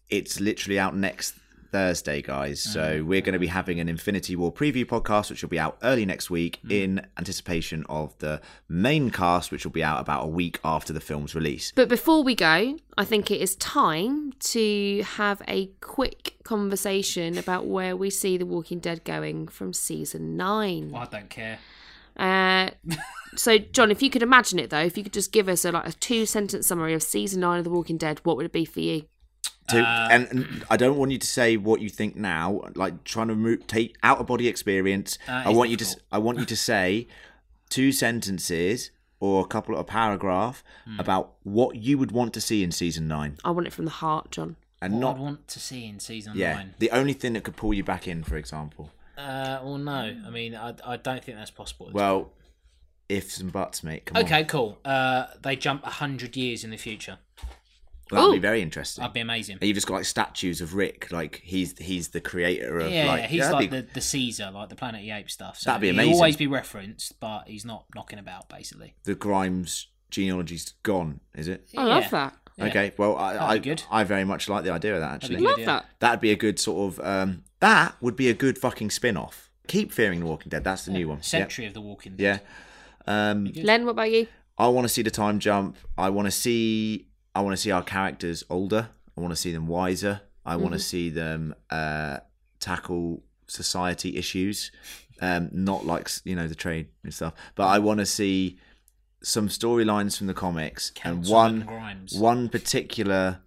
Speaker 4: it's literally out next Thursday, guys. So we're going to be having an Infinity War preview podcast, which will be out early next week in anticipation of the main cast, which will be out about a week after the film's release.
Speaker 3: But before we go, I think it is time to have a quick conversation about where we see The Walking Dead going from season nine.
Speaker 5: I don't care.
Speaker 3: Uh, so, John, if you could imagine it though, if you could just give us a like a two sentence summary of season nine of The Walking Dead, what would it be for you?
Speaker 4: To,
Speaker 5: Uh,
Speaker 4: and, and I don't want you to say what you think now, like trying to remove, take out of body experience.
Speaker 5: Uh,
Speaker 4: I
Speaker 5: it's
Speaker 4: want you to.
Speaker 5: difficult.
Speaker 4: I want you to say two sentences or a couple of a paragraph
Speaker 5: Hmm.
Speaker 4: about what you would want to see in season nine,
Speaker 3: I want it from the heart, John.
Speaker 4: and
Speaker 5: What
Speaker 4: not
Speaker 5: I want to see in season
Speaker 4: yeah
Speaker 5: nine.
Speaker 4: the only thing that could pull you back in, for example.
Speaker 5: Uh, well, no. I mean, I, I don't think that's possible.
Speaker 4: Well, oh. ifs and buts, mate. Come
Speaker 5: okay,
Speaker 4: on.
Speaker 5: cool. Uh, they jump hundred years in the future.
Speaker 4: that'd be
Speaker 3: Ooh.
Speaker 4: very interesting.
Speaker 5: That'd be amazing.
Speaker 4: And You've just got like statues of Rick, like he's he's the creator of
Speaker 5: Yeah,
Speaker 4: like
Speaker 5: yeah, he's
Speaker 4: that'd
Speaker 5: like
Speaker 4: be-
Speaker 5: the, the Caesar, like the Planet of the Apes stuff. So
Speaker 4: That'd be
Speaker 5: He'll
Speaker 4: amazing.
Speaker 5: always be referenced, but he's not knocking about basically.
Speaker 4: the Grimes genealogy's gone, is it?
Speaker 3: I
Speaker 5: Yeah.
Speaker 3: love that.
Speaker 5: Yeah.
Speaker 4: Okay, well,
Speaker 5: That'd
Speaker 4: I, I
Speaker 5: be good.
Speaker 4: I very much like the idea of that. Actually,
Speaker 5: That'd be
Speaker 3: Love
Speaker 5: Good idea.
Speaker 3: that.
Speaker 4: that'd be a good sort of um, that would be a good fucking spin-off. Keep fearing the Walking Dead. That's the new one.
Speaker 5: Century of the Walking Dead.
Speaker 4: Yeah. yeah. Um,
Speaker 3: Len, what about you?
Speaker 4: I want to see the time jump. I want to see. I want to see our characters older. I want to see them wiser. I want to see them uh, tackle society issues um, not like you know the trade and stuff. But I want to see some storylines from the comics and
Speaker 5: Council
Speaker 4: one
Speaker 5: and Grimes.
Speaker 4: one particular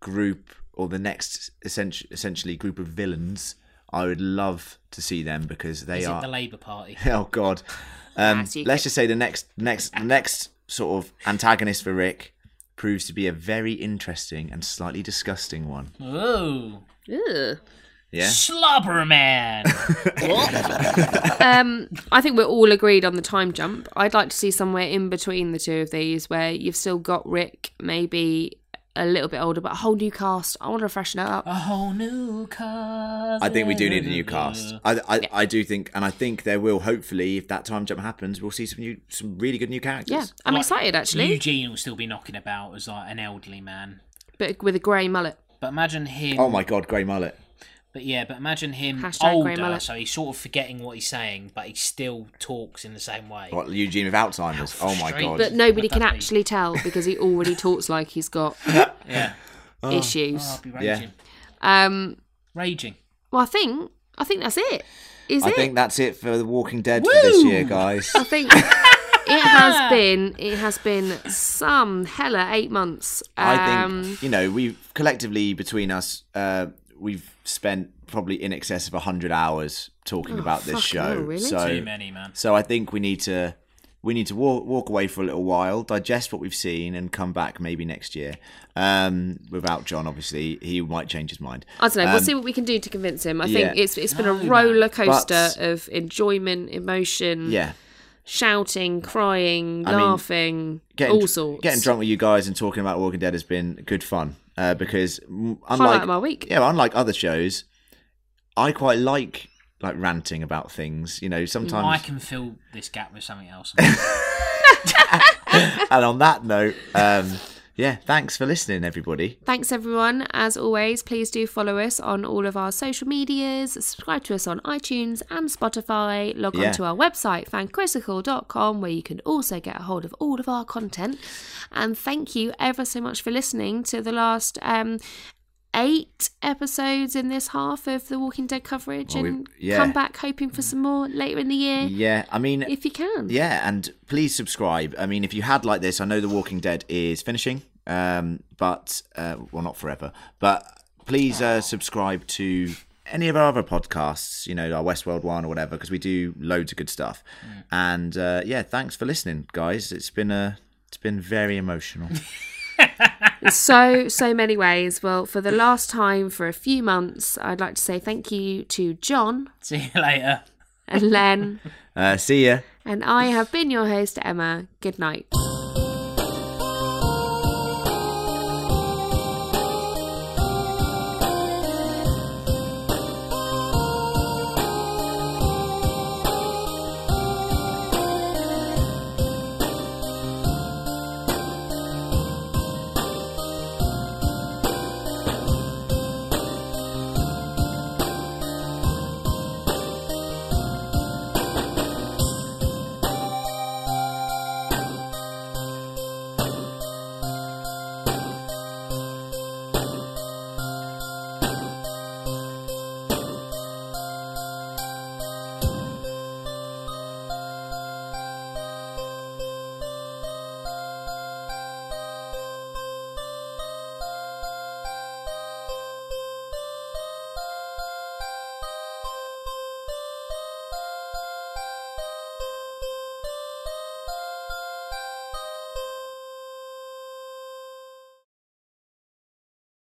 Speaker 4: group or the next essentially, essentially group of villains. I would love to see them because they
Speaker 5: Is
Speaker 4: are
Speaker 5: it the Labour Party?
Speaker 4: oh god. Um,
Speaker 3: so you
Speaker 4: let's just say the next next the next sort of antagonist for Rick proves to be a very interesting and slightly disgusting one.
Speaker 5: Ooh,
Speaker 3: Ugh.
Speaker 4: Yeah.
Speaker 5: Slobberman.
Speaker 3: Um, I think we're all agreed on the time jump. I'd like to see somewhere in between the two of these where you've still got Rick, maybe a little bit older, but a whole new cast. I want to freshen it up.
Speaker 5: a whole new cast.
Speaker 4: I think we do need a new cast. I, I, I do think, and I think there will hopefully, if that time jump happens, we'll see some new, some really good new
Speaker 3: yeah,
Speaker 4: characters.
Speaker 3: I'm
Speaker 5: Like,
Speaker 3: excited actually,
Speaker 5: Eugene will still be knocking about as like an elderly man.
Speaker 3: but with a grey mullet.
Speaker 5: But imagine him.
Speaker 4: Oh my god, Grey Mullet.
Speaker 5: But yeah, but imagine him
Speaker 3: Hashtag grey
Speaker 5: older,
Speaker 3: mullet.
Speaker 5: so he's sort of forgetting what he's saying, but he still talks in the same way.
Speaker 4: What Eugene with Alzheimer's? Oh my
Speaker 5: frustrating.
Speaker 4: god.
Speaker 3: But nobody
Speaker 5: Would
Speaker 3: can
Speaker 5: that be-
Speaker 3: actually tell because he already talks like he's got
Speaker 5: Yeah,
Speaker 4: Oh.
Speaker 5: Oh,
Speaker 3: issues.
Speaker 5: I'll be
Speaker 4: Yeah.
Speaker 5: raging.
Speaker 3: Um,
Speaker 5: Raging.
Speaker 3: well, I think I think that's it. Is
Speaker 4: I
Speaker 3: it?
Speaker 4: think that's it for The Walking Dead for this year, guys.
Speaker 3: I think it has been it has been some hella eight months.
Speaker 4: I
Speaker 3: Um,
Speaker 4: think you know we've collectively between us, uh, we've spent probably in excess of hundred hours talking about this
Speaker 3: Oh, fuck
Speaker 4: show.
Speaker 3: no, really?
Speaker 4: So
Speaker 5: Too many, man.
Speaker 4: So I think we need to we need to walk walk away for a little while, digest what we've seen, and come back maybe next year. Um, without John, obviously, he might change his mind.
Speaker 3: I don't know. we'll see what we can do to convince him. I
Speaker 4: Um, yeah.
Speaker 3: think it's it's been a roller coaster
Speaker 4: But-
Speaker 3: of enjoyment, emotion,
Speaker 4: Yeah,
Speaker 3: shouting, crying, laughing,
Speaker 4: getting
Speaker 3: all sorts.
Speaker 4: getting drunk with you guys and talking about Walking Dead has been good fun. Uh, because mm,
Speaker 3: Highlight
Speaker 4: unlike
Speaker 3: of my week.
Speaker 4: yeah, unlike other shows, I quite like like ranting about things. You know, sometimes
Speaker 5: I can fill this gap with something else.
Speaker 4: and on that note, um, yeah, thanks for listening, everybody.
Speaker 3: Thanks everyone. As always, please do follow us on all of our social medias, subscribe to us on iTunes and Spotify, log
Speaker 4: Yeah.
Speaker 3: on to our website, fancritical.com, where you can also get a hold of all of our content. And thank you ever so much for listening to the last um eight episodes in this half of the Walking Dead coverage
Speaker 4: Well,
Speaker 3: and
Speaker 4: Oh, we've- yeah.
Speaker 3: come back hoping for some more later in the year
Speaker 4: Yeah, I mean,
Speaker 3: if you can.
Speaker 4: Yeah, and please subscribe. I mean, if you had like this, I know The Walking Dead is finishing, um, but uh, well, not forever. But please uh, subscribe to any of our other podcasts. You know, our Westworld one or whatever, because we do loads of good stuff. And uh, yeah, thanks for listening, guys. It's been a it's been very emotional.
Speaker 3: so so many ways. Well, for the last time for a few months, I'd like to say thank you to John
Speaker 5: See you later.
Speaker 3: and Len,
Speaker 4: uh, see ya.
Speaker 3: and I have been your host, Emma. Good night.